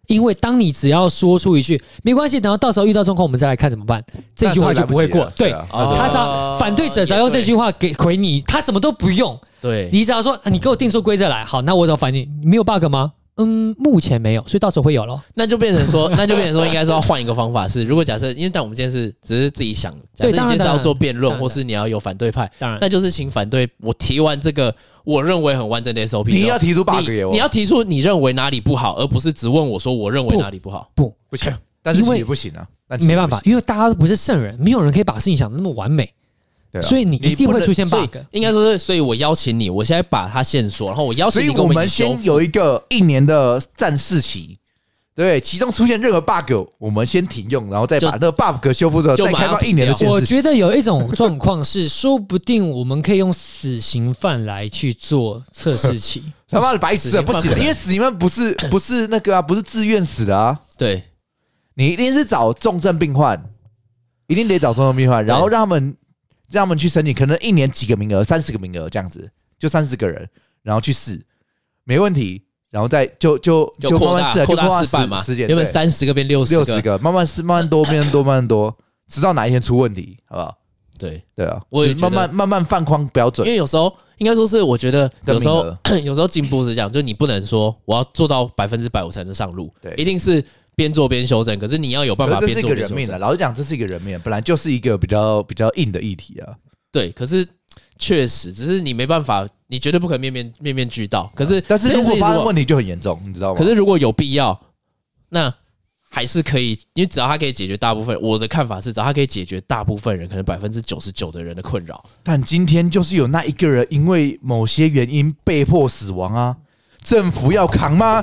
因为当你只要说出一句“没关系”，等到到时候遇到状况我们再来看怎么办，这句话就不会过。对，啊哦他只要反对者只要用这句话给回你，他什么都不用，对，你只要说啊你给我定出规则来，好，那我怎么反应？没有 bug 吗？嗯，目前没有，所以到时候会有咯。那就变成说，那就变成说，应该是要换一个方法是，如果假设，因为但我们今天是只是自己想的，假设你对今当然天是当要然做辩当论，然或是你要有反对派，当然那就是请反对我提完这个我认为很完整的 SOP，你之后要提出 bug 给我你，你要提出你认为哪里不好，而不是只问我说我认为不哪里不好。不，不行，但是因为也不行啊，但其实没办法不，行因为大家都不是圣人，没有人可以把事情想的那么完美，对啊所以你一定不会能出现所以 bug。应该说是，所以我邀请你，我现在把它线索，然后我邀所请以你跟我一们起修先复。有一个一年的战士期，对不对，其中出现任何 bug，我们先停用，然后再就把那个 bug 修复之后，就再马上开放一年的停限掉制我期。觉得有一种状况是，说不定我们可以用死刑犯来去做测试 *laughs* 期。他妈的白痴啊，死刑不犯行不的，能因为死刑犯不 *coughs* 是不是那个啊，不是自愿死的啊，对，你一定是找重症病患，一定得找重症病患，对然后让他们让他们去申请，可能一年几个名额，三十个名额这样子，就三十个人，然后去试，没问题，然后再就就就扩慢大慢试啊，就扩慢大慢示范嘛试，，原本三十个变六十六个，十个，慢慢试，慢慢多，慢慢多，慢慢多，直到哪一天出问题，好不好？对，对啊，我也就是慢慢慢慢放宽标准因，为有时候应该说是，我觉得跟有时候名有时候进步是这样，就是你不能说我要做到百分之百我才能上路，对一定是边做边修正。可是你要有办可法是这边是一做个边人修命啊，正，老实讲，这是一个人命，啊本来就是一个比较比较硬的议题啊。对。可是确实，只是你没办法，你绝对不可能面面面面俱到。可是，啊但是如果发生题，问题就很严重，你知道吗？可是如果有必要，那还是可以，因为只要他可以解决大部分，我的看法是，只要他可以解决大部分人，可能百分之九十九的人的困扰，但今天就是有那一个人因为某些原因被迫死亡啊，政府要扛吗？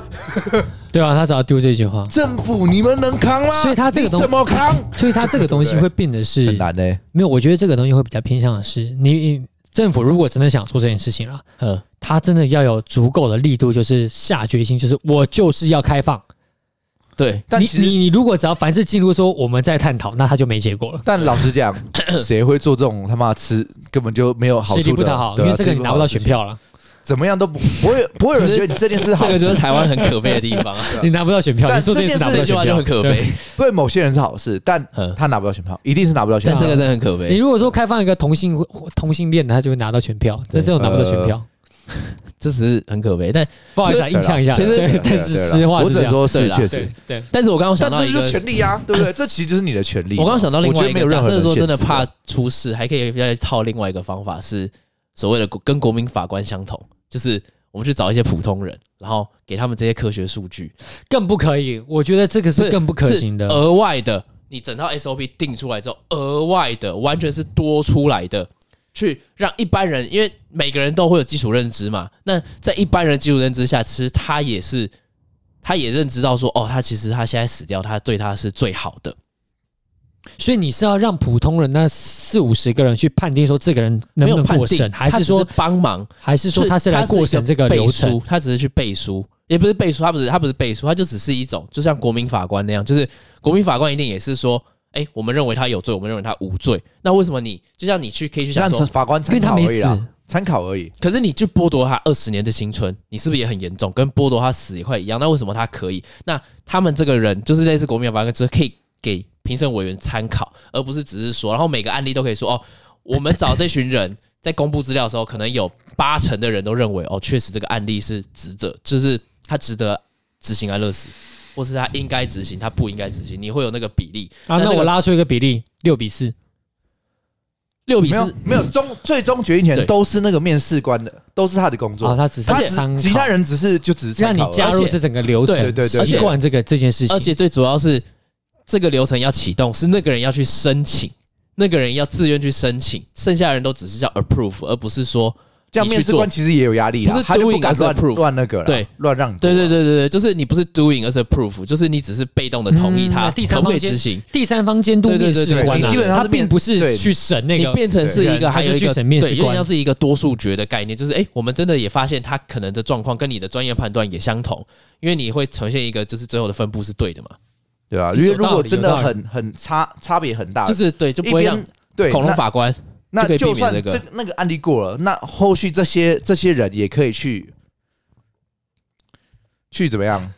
对啊，他只要丢这句话，政府你们能扛吗？所以他这个你东怎么扛？所以他这个东西会变得 *laughs* 是很难欸呢、没有。我觉得这个东西会比较偏向的是，你你政府如果真的想做这件事情了，嗯，他真的要有足够的力度，就是下决心，就是我就是要开放。对。但你其实，你你如果只要凡是进入说我们在探讨，那他就没结果了。但老实 *coughs* 讲，谁会做这种他妈吃根本就没有好吃力处不的？讨好，因对啊为这个你拿不到吃力选好票了，怎么样都不不会不会有人觉得你这件事这好个事， *laughs* 就是台湾很可悲的地方啊，你拿不到选票，但你做这件事这拿件事不这到句选话就票很可对悲。对某些人是好事，但嗯，他拿不到选票，一定是拿不到选但票这。个真的很可悲。你如果说开放一个同性同性恋的，他就会拿到选票，对但这种拿不到选票。这只是很可悲。但不好意思、啊，其实印象一下。其实对对啦啊但是实话我是只这能样。说是对啦确对实，对，但是我刚刚想但到这一就个是，权利啊，对不对？这其实就是你的权利嘛。我刚刚想到另我觉外得一没有个，任假何设人说真的限制怕啊，出事，还可以再套另外一个方法是所谓的跟国民法官相同，就是我们去找一些普通人，然后给他们这些科学数据，更不可以。我觉得这个是更不可行的是。呃额外的。你整套 SOP 定出来之后，额外的完全是多出来的，去让一般人，因为每个人都会有基础认知嘛。那在一般人基础认知下，其实他也是，他也认知到说，哦，他其实他现在死掉，他对他是最好的。所以你是要让普通人那四五十个人去判定说这个人没能不有能判过定，审，还他是只说帮忙？还是说他是来过审这个背流程书？，他只是去背书，也不是背书，他不是他不是背书，他就只是一种，就像国民法官那样，就是国民法官一定也是说，哎、我们认为他有罪，我们认为他无罪，那为什么你就像你去可以去想让说，法官因为参他考而没已啦死，，参考而已。可是你去剥夺他二十年的青春，你是不是也很严重？跟剥夺他死也快一样，那为什么他可以？那他们这个人就是类似国民法官，就是可以给评审委员参考，而不是只是说，然后每个案例都可以说哦，我们找这群人在公布资料的时候，可能有八成的人都认为哦，确实这个案例是值得，就是他值得执行安乐死，或是他应该执行，他不应该执行，你会有那个比例那啊，那那我个拉出一个比例，六比四，六比没有四。没有，终最终决定对权都是那个面试官的，都是他的工啊，作。他只是他参只考其他人只是就只是参让你考而已加入这整个流程，对对对习惯这个这件事而情。且最主要是这个流程要启动，是那个人要去申请，那个人要自愿去申请，剩下的人都只是叫 approve，而不是说这样你去面试做官其实也有压力啦不是他就不 doing 敢 as a 乱 proof 乱那个啦，对乱让你做对啦对对对对，就是你不是 doing as a proof，就是你只是被动的同意嗯他那第三可不方可以接执行。第三方监督对对面对试对官你啊，基本上他是面并不是对去审那你个，变成是一个，人还有他一是个去审面试对有点官像是一个多数决的概念，就是哎、诶我们真的也发现他可能的状况跟你的专业判断也相同，因为你会呈现一个就是最后的分布是对的嘛，对啊，有因为如道果理真有的道理很很差差别很大，就是对，就一不会让边对恐龙那法官就可那以避就免算这个这那个案例过了，那后续这些这些人也可以去去怎么样？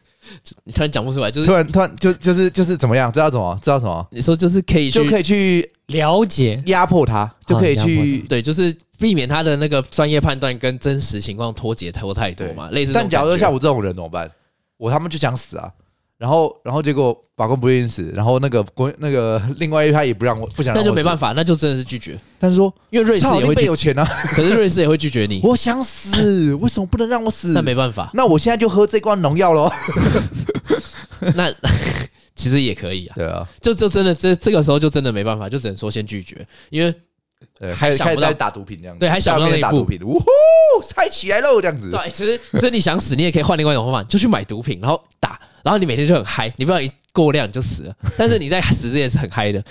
你突然讲不出来，就是突然突然就就是就是怎么样？知道怎么？知道什么？你说就是可以就去啊可以去了解，压迫他，就可以去。对，就是避免他的那个专业判断跟真实情况脱节脱太多嘛，类似这但种假如感说觉像我这种人怎么办？我他们就想死啊！然后然后结果法官不愿意死，然后那个国那个另外一派也不让我不想，那就没办法。法，那就真的是拒绝，但是说因为瑞士操也你会倍拒，有钱啊，可是瑞士也会拒 *laughs* 绝你，我想死，为什么不能让我死？那没办法，那我现在就喝这罐农药喽。那 *laughs* 其实也可以啊，对啊，就就真的这这个时候就真的没办法，就只能说先拒绝，因为对，还开始想开不始到在打毒品这样子，对还想不到下面那打一步毒品，呜呼，嗨起来喽这样子。对，其实其实你想死，你也可以换另外一种方法，就去买毒品，然后打，然后你每天就很嗨，你不要一过量你就死了，但是你在死之前是很嗨的，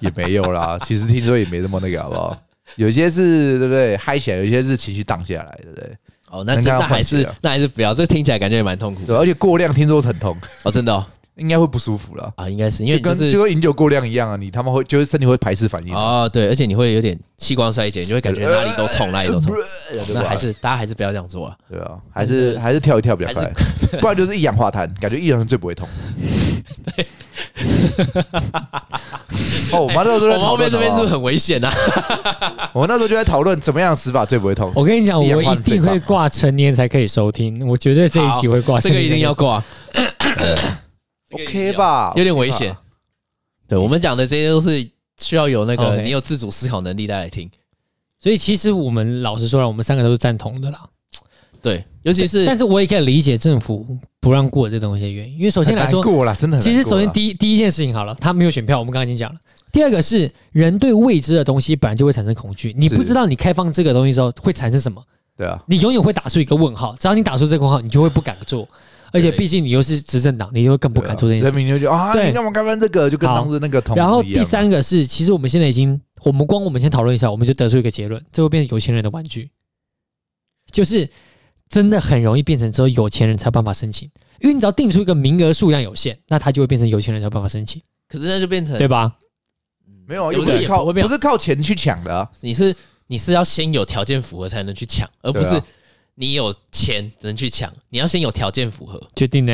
也没有 *laughs* 啦，其实听说也没这么那个，好不好？有些是对不对嗨起来，有些是情绪荡下来，对不对？哦，那能真跟他那还换血是啊那还是不要，这听起来感觉也蛮痛苦的对，而且过量听说是很痛，哦，真的哦应该会不舒服啦，啊，应该是因为就你就跟是就跟饮酒过量一样啊，你他妈会就是身体会排斥反应，哦，对，而且你会有点器官衰竭，你就会感觉哪里都痛，哪里都痛。呃对啊那吧还？是大家还是不要这样做啊，对啊，还是还是跳一跳比较还快，是不然就是一氧化 *laughs* 碳，感觉一氧化碳最不会痛。哦，我们那时候就在哎我们讨后论好面这边是不好，不是很危险啊？我们那时候就在讨论怎么样死法最不会痛。哦我跟你讲，一样我话一定会挂成年才可以收听，我绝对这一期会挂成这个年。一定 *coughs* 要挂 OK？吧，有点危险。对我们讲的这些都是需要有那个 OK 你有自主思考能力再来听。所以其实我们老实说了，我们三个都是赞同的啦。对，尤其是但是我也可以理解政府不让过这东西的原因，因为首很先来难说，过啦，真的很难其实首过先啦第一第一件事情好了，他没有选票，我们刚刚已经讲了。第二个是人对未知的东西本来就会产生恐惧，你是不知道你开放这个东西之后会产生什么，对啊，你永远会打出一个问号。只要你打出这个问号，你就会不敢做。而且对毕竟你又是执政党，你就会更不敢做这件事人。民就觉得啊，对你干嘛干翻这个？就跟好当时那个同啊然后一第样三个是，其实我们现在已经，我们光我们先讨论一下，我们就得出一个结论，这会变成有钱人的玩具，就是真的很容易变成只有有钱人才有办法申请，因为你只要定出一个名额数量有限，那它就会变成有钱人才有办法申请，可是那就变成对吧？没有，有又不的也是靠不会没有不是靠钱去抢的啊，你是你是要先有条件符合才能去抢，而不对是啊你有钱能去抢，你要先有条件符合。决定呢，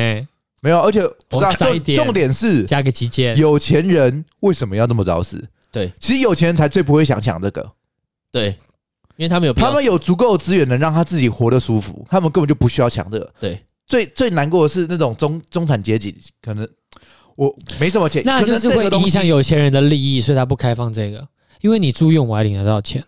没有，而且不是啊我再一重点重点是加个极简，有钱人为什么要这么早死？对，其实有钱人才最不会想抢这个，对，因为他们有必要他们有足够的资源能让他自己活得舒服，他们根本就不需要抢这个。对，最最难过的是那种中中产阶级，可能我没什么钱，那就可是能这会个东影响西有钱人的利益，所以他不开放这个，因为你住院我还领得到钱，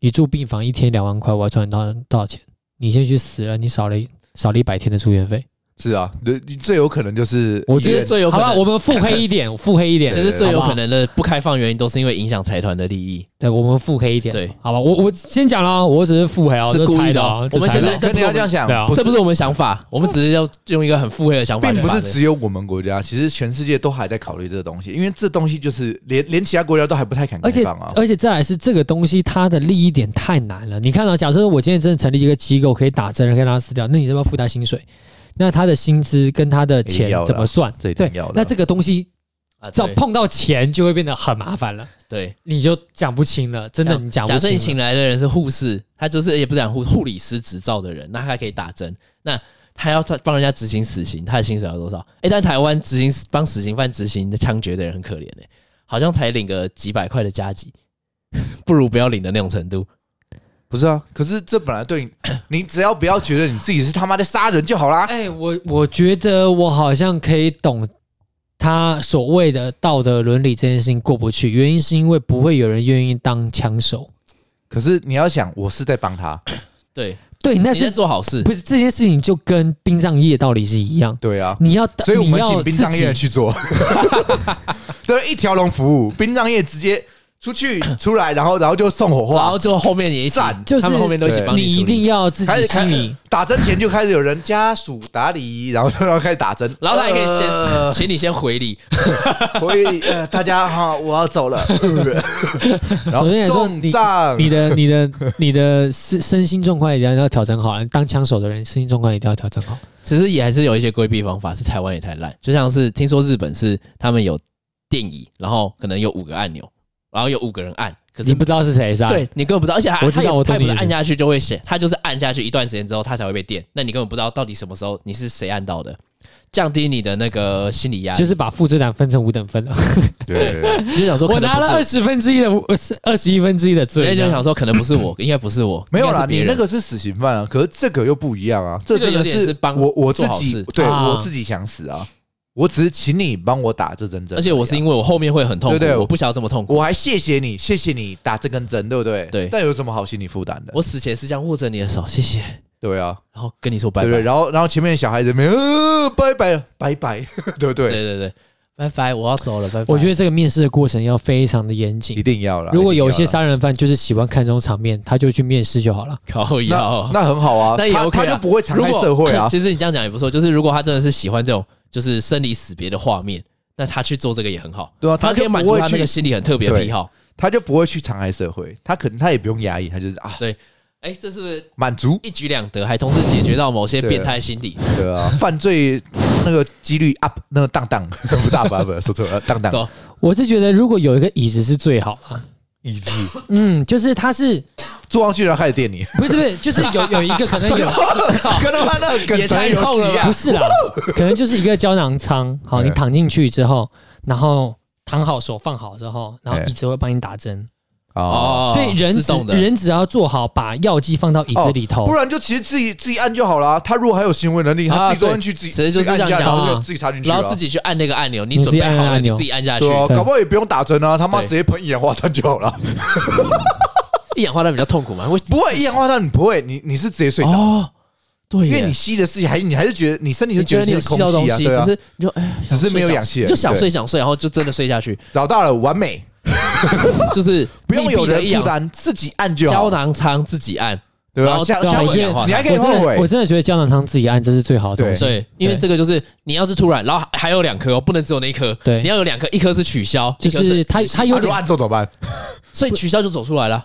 你住病房一天两万块我还赚得到多少钱？你先去死了，你少了一少了一百天的住院费。是啊，对最有可能就是我觉觉得得最有可好吧，能我们腹黑一点，腹黑一点，其实最有可好不好。能的不开放原因都是因为影响财团的利益，对我们腹黑一点，对，好吧，我我先讲了哦，我只是腹黑哦，是这故意猜的的哦哦。我们这猜现的在哦跟你要这样想对啊，不是这不是我们想法，我们只是要用一个很腹黑的想法并去不把是这个，只有我们国家，其实全世界都还在考虑这个东西，因为这东西就是连连其他国家都还不太敢开而且呃放啊。而且再来是这个东西，它的利益点太难了。你看啊，假设我今天真的成立一个机构，可以打针，可以让他死掉，那你是不是要付他薪水？那他的薪资跟他的一定钱要的啊怎么算？这一定对要的啊，那这个东西啊只要对碰到钱，就会变得很麻烦了，对。你就讲不清了。真的，你讲假不设你请清了。来的人是护士，他就是也不是讲护护理师执照的人，那他可以打针，那他要帮人家执行死刑，他的薪水要多少？哎、但台湾执行帮死刑犯执行的枪决的人很可怜哎、好像才领个几百块的加急， *laughs* 不如不要领的那种程度。不是啊，可是这本来对你，你只要不要觉得你自己是他妈在杀人就好啦。哎，我我觉得我好像可以懂他所谓的道德伦理这件事情过不去，原因是因为不会有人愿意当枪手。可是你要想，我是在帮他，对，对，那你在是做好事，不是这件事情就跟殡葬业道理是一样？对啊，你要，所以我们你要 *laughs* 请殡葬业自己去做，对，一条龙服务，殡葬业直接出去出来，然后然后就送火然化后，就后面也一起赞，就是他们后面都一起帮你你处理一定要自开己始开心里打针前就开始有人家属打理，然后然后开始打针，然后他还可以先，呃请你先回礼，所以呃，大家哈，我要走 *laughs* 了，然后首先来说送葬，你 *laughs* 的、你的、你的身身心状况一定要调整好。当枪手的人，身心状况一定要调整好。其实也还是有一些规避方法，是台湾也太烂。就像是听说日本是他们有电椅，然后可能有五个按钮，然后有五个人按，可是你不知道是谁是吧？对，你根本不知道，而且还我知道他也我他懂也不是你的意思按下去就会写，他就是按下去一段时间之后，他才会被电。那你根本不知道到底什么时候你是谁按到的，降低你的那个心理压力。就是把负罪感分成五等 *laughs* 分了。对，你就想说，我拿了二十，十分之一的，我是二十一分之一的罪。人家就想说可能不是我，应该不是我，没有应该啦，是别你那人。个是死刑犯啊，可是这个又不一样啊，这这个真有的点是帮我我自做好己事对啊我自己想死啊，我只是请你帮我打这针针，而且我是因为我后面会很痛苦，对对我不想要这么痛苦。我还谢谢你，谢谢你打这根针，对不对？对但有什么好心理负担的？我死前是这样握着你的手，谢谢，对啊，然后跟你说拜对拜不。对？然后然后前面的小孩子没呃拜拜拜拜， *laughs* 对不对？对对对，拜拜，我要走了，拜拜。我觉得这个面试的过程要非常的严一谨。定要啦。如果有一一定些要啦杀人犯就是喜欢看这种场面，他就去面试就好了。靠腰，那那很好啊，那也他 OK 啊他就不会残如害果。社会啊其实你这样讲也不错，就是如果他真的是喜欢这种就是生离死别的画面，那他去做这个也很好。对啊，他他可以就满不足会他那去，个心理很特别的癖好。他就不会去残害社会，他可能他也不用压抑，他就是啊，哎，这是不是满足，一举两得，还同时解决到某些对变态心理？对啊， *laughs* 犯罪那个几率 up，那个荡 *laughs* 荡不是 up，不是说错了，荡荡对我是觉得，如果有一个椅子是最好了。椅子嗯，就是他是坐上去然后开始电你，不是不是，就是有有一个可能 *laughs* 有 *laughs* 可能他那个也梗太塞游痛了戏吧啊 *laughs* 不，是啦，可能就是一个胶囊舱。好，你嗯躺进去之后，然后躺好手放好之后，然后嗯椅子会帮你打针。哦。所以人自只动的，人只要做好把药剂放到椅子里头，哦不然就其实自己自己按就好了啊。他如果还有行为能力，啊他自己对都按去自己，其实就是自己按这样下讲然后啊就自己插进去然了，后自己去按那个按钮，你你准自己备按好了，按你钮自己按下去对。啊，对搞不好也不用打针啊，他妈对直接喷一氧化碳就好 *laughs* 了。一氧化碳比较痛苦嘛？会不会一氧化碳，你不会，你你是直接睡着，哦，对因耶，为你吸的是还你还是觉得你身体就你觉得你有是吸空到东气啊，西，对只啊，是你就哎，只是没有想氧气而已就想对睡想睡，然后就真的睡下去，找到了完美，就是 *laughs* 不用密有闭的人一负氧担，自己按就胶好，囊舱自己按，对然吧？后像对啊像我觉得你还可以哦我后真的我悔，真的觉得胶囊舱自己按这是最好的东西。对，因为对这个就是你要是突然，然后还还有两颗哦，不能只有那一颗，对你要有两颗，一颗是取消，就一颗是他执行他啊有如果点按错怎么办？所以取消就走出来了。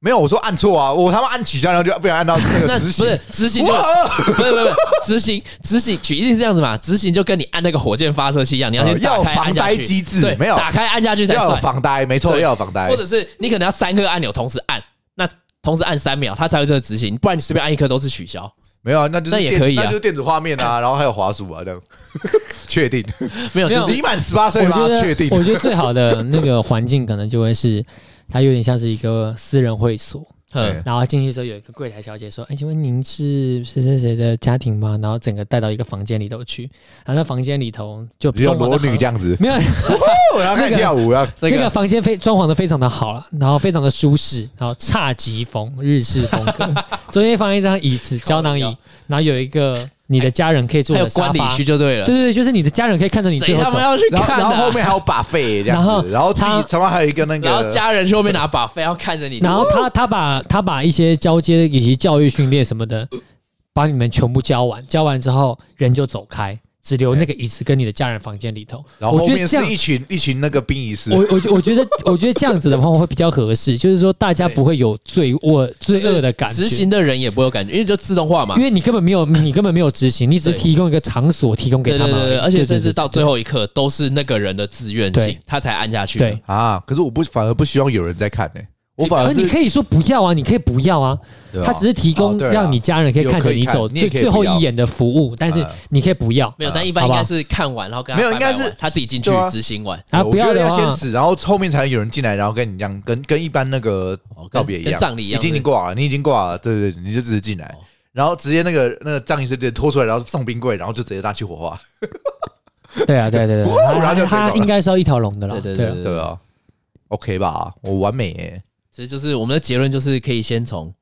没有，我说按错啊，我他妈按取消，然后就不想按到那那个 *laughs* 不执行，是执行就哇，不是不是不是执行执行取一定是这样子嘛？执行就跟你按那个火箭发射器一样，你要先打呃要开防按下呆去，机对制，，没有打开按下去才要有算，防呆，没错，对要有防呆或，者是你可能要三颗按钮同时按，那同时按三秒，它才会真的执行，不然你随便按一颗都是取消。没有，那就是那也电可以啊那就是电子画面啊，然后还有滑鼠啊，这样 *laughs* 确定。没有，没有就是你满十八岁我吗觉？确定得，我觉得最好的那个环境可能就会是，它有点像是一个私人会所，嗯，然后进去之后有一个柜台小姐说：“哎，请问您是谁谁谁的家庭吗？”然后整个带到一个房间里头去，然后那房间里头就你就装潢裸的女这样子， *laughs* 没有哦然后开始那个跳舞啊，那那个个房间非装潢的非常的好了，然后非常的舒适，然后侘寂风日式风格， *laughs* 中间放一张椅子胶囊椅靠腰，然后有一个你的家人可以坐还有的沙观礼发，区就对了对。对对，就是你的家人可以看着你最谁后他走们。要去然后 *laughs* 看然后后啊？面还有把费这样然后子，然后自他己旁边还有一个那然后个，家人去后面拿把费，要看着你。然后他他把他把一些交接以及教育训练什么的，把你们全部教完，教完之后人就走开，只留那个椅子跟你的家人房间里头。然后我后觉面得这是样一群一群那个殡仪师我，我觉我觉得我觉得这样子的话会比较合适，就是说大家不会有罪恶罪恶的感觉。执行的人也不会有感觉，因为就自动化嘛因。为你根本没有，你根本没有执行，你只对提供一个场所提供给对他对们对而已，对，而且甚至到最后，后一刻都是那个人的自愿性对，他才按下去的对。啊，可是我不反而不希望有人在看呢，我反而而你是可以说不要啊，你可以不要啊，对啊他只是提哦供对啊让你家人可以有看着可以你看走你也最可以最后不要一眼的服务，但是嗯你可以不要，没有，但一般好应吧该是看完然后跟他没有应该拜拜完是他自己进去对啊执行完，啊，我不觉要得的要先话，死，然后后面才有人进来，然后跟你一样，跟跟一般那个哦跟告别一跟样，葬礼一样已经已经挂了，你已经挂了，对对，对你就只是进来哦，然后直接那个那个葬仪师直接拖出来，然后送冰柜，然后就直接拿去火化， *laughs* 对啊，对啊对啊对哦啊，然后就可以他走他了应该是要一条龙的啦，对对对对啊对对对。吧？OK 吧，我完美耶，其实就是我们的结论就是可以先从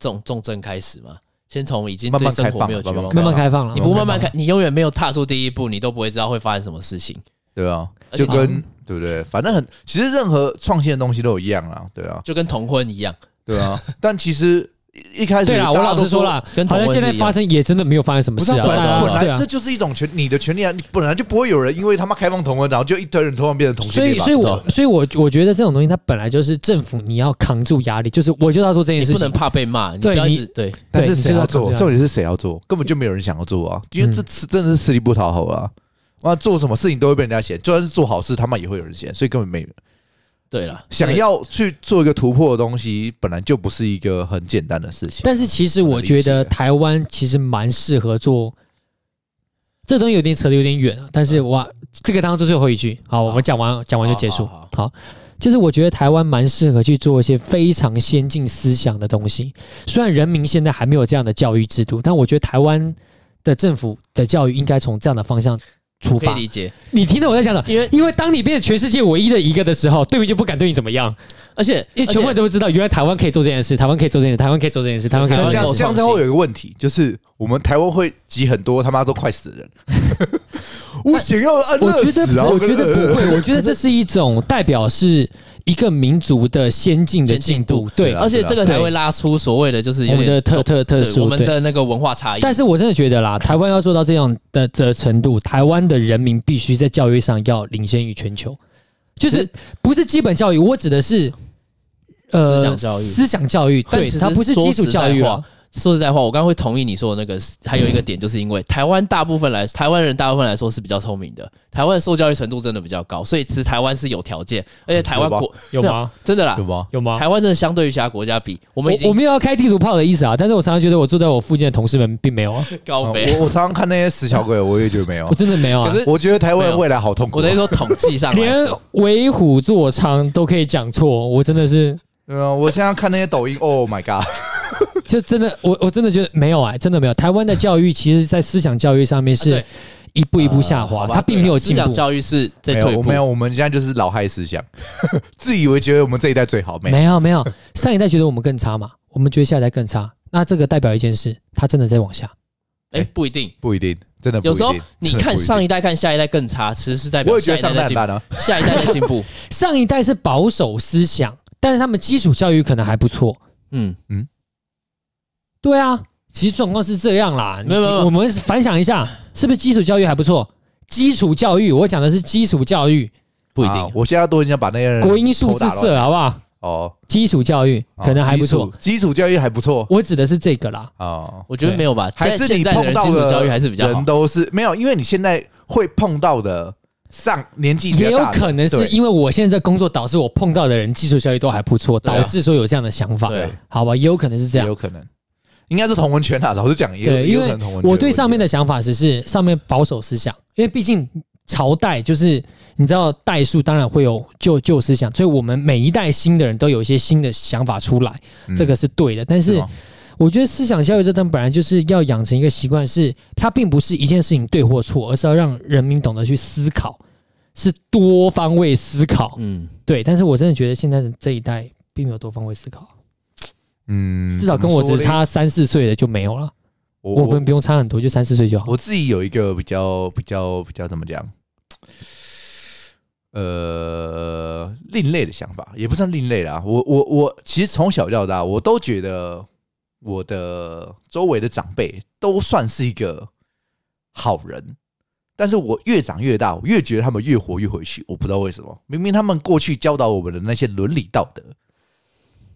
重重症开始嘛，先从已经慢对慢生开活放没有绝慢慢开望感，慢慢开放了，你不慢慢看，你永远没有踏出第一步，你都不会知道会发生什么事情。对啊，而且就跟对不对？反正很，其实任何创新的东西都有一样啦，对啊，就跟同婚一样，对 *laughs* 啊。但其实一一开始对啦，大我家老都实说啦，跟好同像婚现是在一样发生也真的没有发生什么不事是啊，啊，本大来家本对来啊这。就是一种权，你的权利啊！你本来就不会有人因为他妈开放同婚，然后就一堆人突然变成同性所以，恋吧所对以我吧，所以我，我觉得这种东西，它本来就是政府你要扛住压力，就是我就要做这件你事不情能，怕被骂，你不对要一你直对但是你谁知道要怎么做？样重点是谁要做？根本就没有人想要做啊！因为这次真的是吃力不讨好啊！哇，做什么事情都会被人家嫌，就算是做好事，他妈也会有人嫌，所以根本没有对了，想要去做一个突破的东西，本来就不是一个很简单的事情。但是其实我觉得台湾其实蛮适合做，这东西有点扯得有点远啊。但是哇，这个当做最后一句，好，我们讲完讲完就结束。好好好，就是我觉得台湾蛮适合去做一些非常先进思想的东西。虽然人民现在还没有这样的教育制度，但我觉得台湾的政府的教育应该从这样的方向出可以发。理解，你听懂我在讲什么？因为因为当你变成全世界唯一的一个的时候，对面就不敢对你怎么样，而且因为全部人都知道，原来台湾可以做这件事，台湾可以做这件事，台湾可以做这件事，台湾可以这做样这这件样够事这。样才会有一个问题，就是我们台湾会挤很多他妈都快死 *laughs* 的人，我想要安我乐觉得死啊！不，我觉得不会，我觉得可是这是一种代表是一个民族的先进的先进进度度，对是啊而且这个才会拉出所谓的就是我有们的点特特特对殊，我们对的那个文化差异。但是我真的觉 *laughs* 得啦，台湾要做到这样的的程度，台湾的人民必须在教育上要领先于全球，就其是实不是基本教育，我指的是呃思想教育思想教育，但对其，实它不是基础教说实育在啊话。说实在话，我刚刚会同意你说的那个，还有一个点，就是因为台湾大部分来，台湾人大部分来说是比较聪明的，台湾的受教育程度真的比较高，所以其实台湾是有条件，而且台湾有吧国有吗？真的啦有，吗？有吗？台湾真的相对于其他国家比，我们已我我经没有要开地图炮的意思啊，但是我常常觉得我坐在我附近的同事们并没有 *laughs* 啊，啊高我飞。我常常看那些死小鬼，我也觉得没有我。真的没有啊。可是我觉得台湾未来好痛苦啊我等于。说统计上来连说，啊为虎作伥都可以讲错，我真的是，对啊，我现在看那些抖音，Oh my god！就真的，我我真的觉得没有哎、真的没有。台湾的教育其实，在思想教育上面啊是对一步一步下滑，呃好吧啊它并没有思进想步。教育是在没退有，步，我没有，我们现在就是老害思想， *laughs* 自以为觉得我们这一代最好，没有没有没有，上一代觉得我们更差嘛，我们觉得下一代更差，那这个代表一件事，它真的在往下。哎、不一定。不一定，真的不一有定。时候你真的不看一定上一代看下一代更差，其实是代我表也觉下得一上代代在很进步，烂啊， *laughs* 下一代在进 *laughs* 步。上一代是保守思想，但是他们基础教育可能还不错。嗯，对啊，其实状况是这样啦。没有没有没有我们反想一下，是不是基础教育还不错？基础教育，我讲的是基础教育，不一定。啊我现在都很想把那些人嗯国音数头字打乱社，好不好？哦，基础教育哦可能还不错，，基础基础教育还不错我指的是这个啦。哦。我觉得对没有吧，还是现你在的碰人到基础的教育还是比较好人。都是没有，因为你现在会碰到的上年纪比较也有大的可能是对因为我现在在工作导致我碰到的人基础教育都还不错，对啊导致说有这样的想法对，好吧？也有可能是这也样有。可能，应该是同文圈啦。老实讲，也有对，也因有可为能同文圈。我对上面的的想法只是上面保守思想，因为毕竟朝代就是你知道代数当然会有旧旧思想，所以我们每一代新的人都有一些新的想法出来，嗯这个是对的。但是我觉得思想教育这东西本来就是要养成一个习惯，是它并不是一件事情对或错，而是要让人民懂得去思考，是多方位思考。嗯，对，但是我真的觉得现在的这一代并没有多方位思考，嗯，至少跟我只差三四岁的就没有了。我我们不用差很多，就三四岁就好。我自己有一个比较比较比较怎么讲，呃，另类的想法，也不算另类啦。我我我，其实从小到大，我都觉得我的周围的长辈都算是一个好人，但是我越长越大，我越觉得他们越活越回去。我不知道为什么，明明他们过去教导我们的那些伦理道德。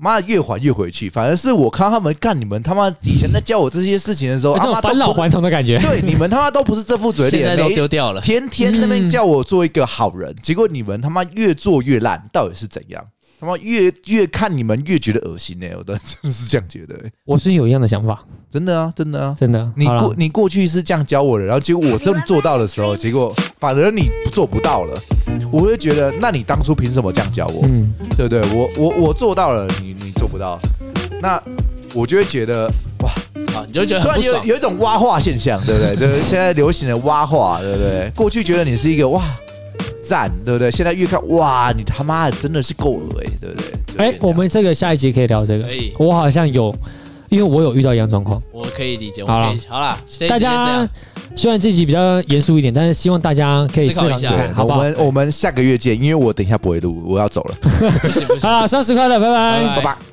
妈的，越还越回去，反而是我看到他们干你们他妈以前在教我这些事情的时候，哎有他这种啊妈都返老不还童的感觉。 *laughs* 对，你们他妈都不是这副嘴现在脸，都每丢掉了。天天那边叫我做一个好人，结果你们他妈越做越烂，到底是怎样？他妈越越看你们越觉得恶心呢、我都真的是这样觉得欸、我是有一样的想法，真的啊，真的啊。真的。你好啦过你过去是这样教我的，然后结果我这么做到的时候，结果反而你做不到了，我会觉得，那你当初凭什么这样教我？嗯，对不对？我我我做到了，你你做不到，那我就会觉得哇，啊，你就觉得突然很不有爽。有一种蛙化现象，对不 *laughs* 对？就是现在流行的蛙化，对不对？过去觉得你是一个哇赞，对不对？现在越看哇，你他妈的真的是够了哎、对不对？就是这哎、样我们这个下一集可以聊这个可以。我好像有，因为我有遇到一样状况。我可以理解，我好啦可以好啦，大大家家虽然这集比较严肃一点，但是希望大家可以思考一下看看好不我好？们我们下个月见，因为我等一下不会录，我要走了，不行不行好，啦，双十快乐，拜拜拜拜拜。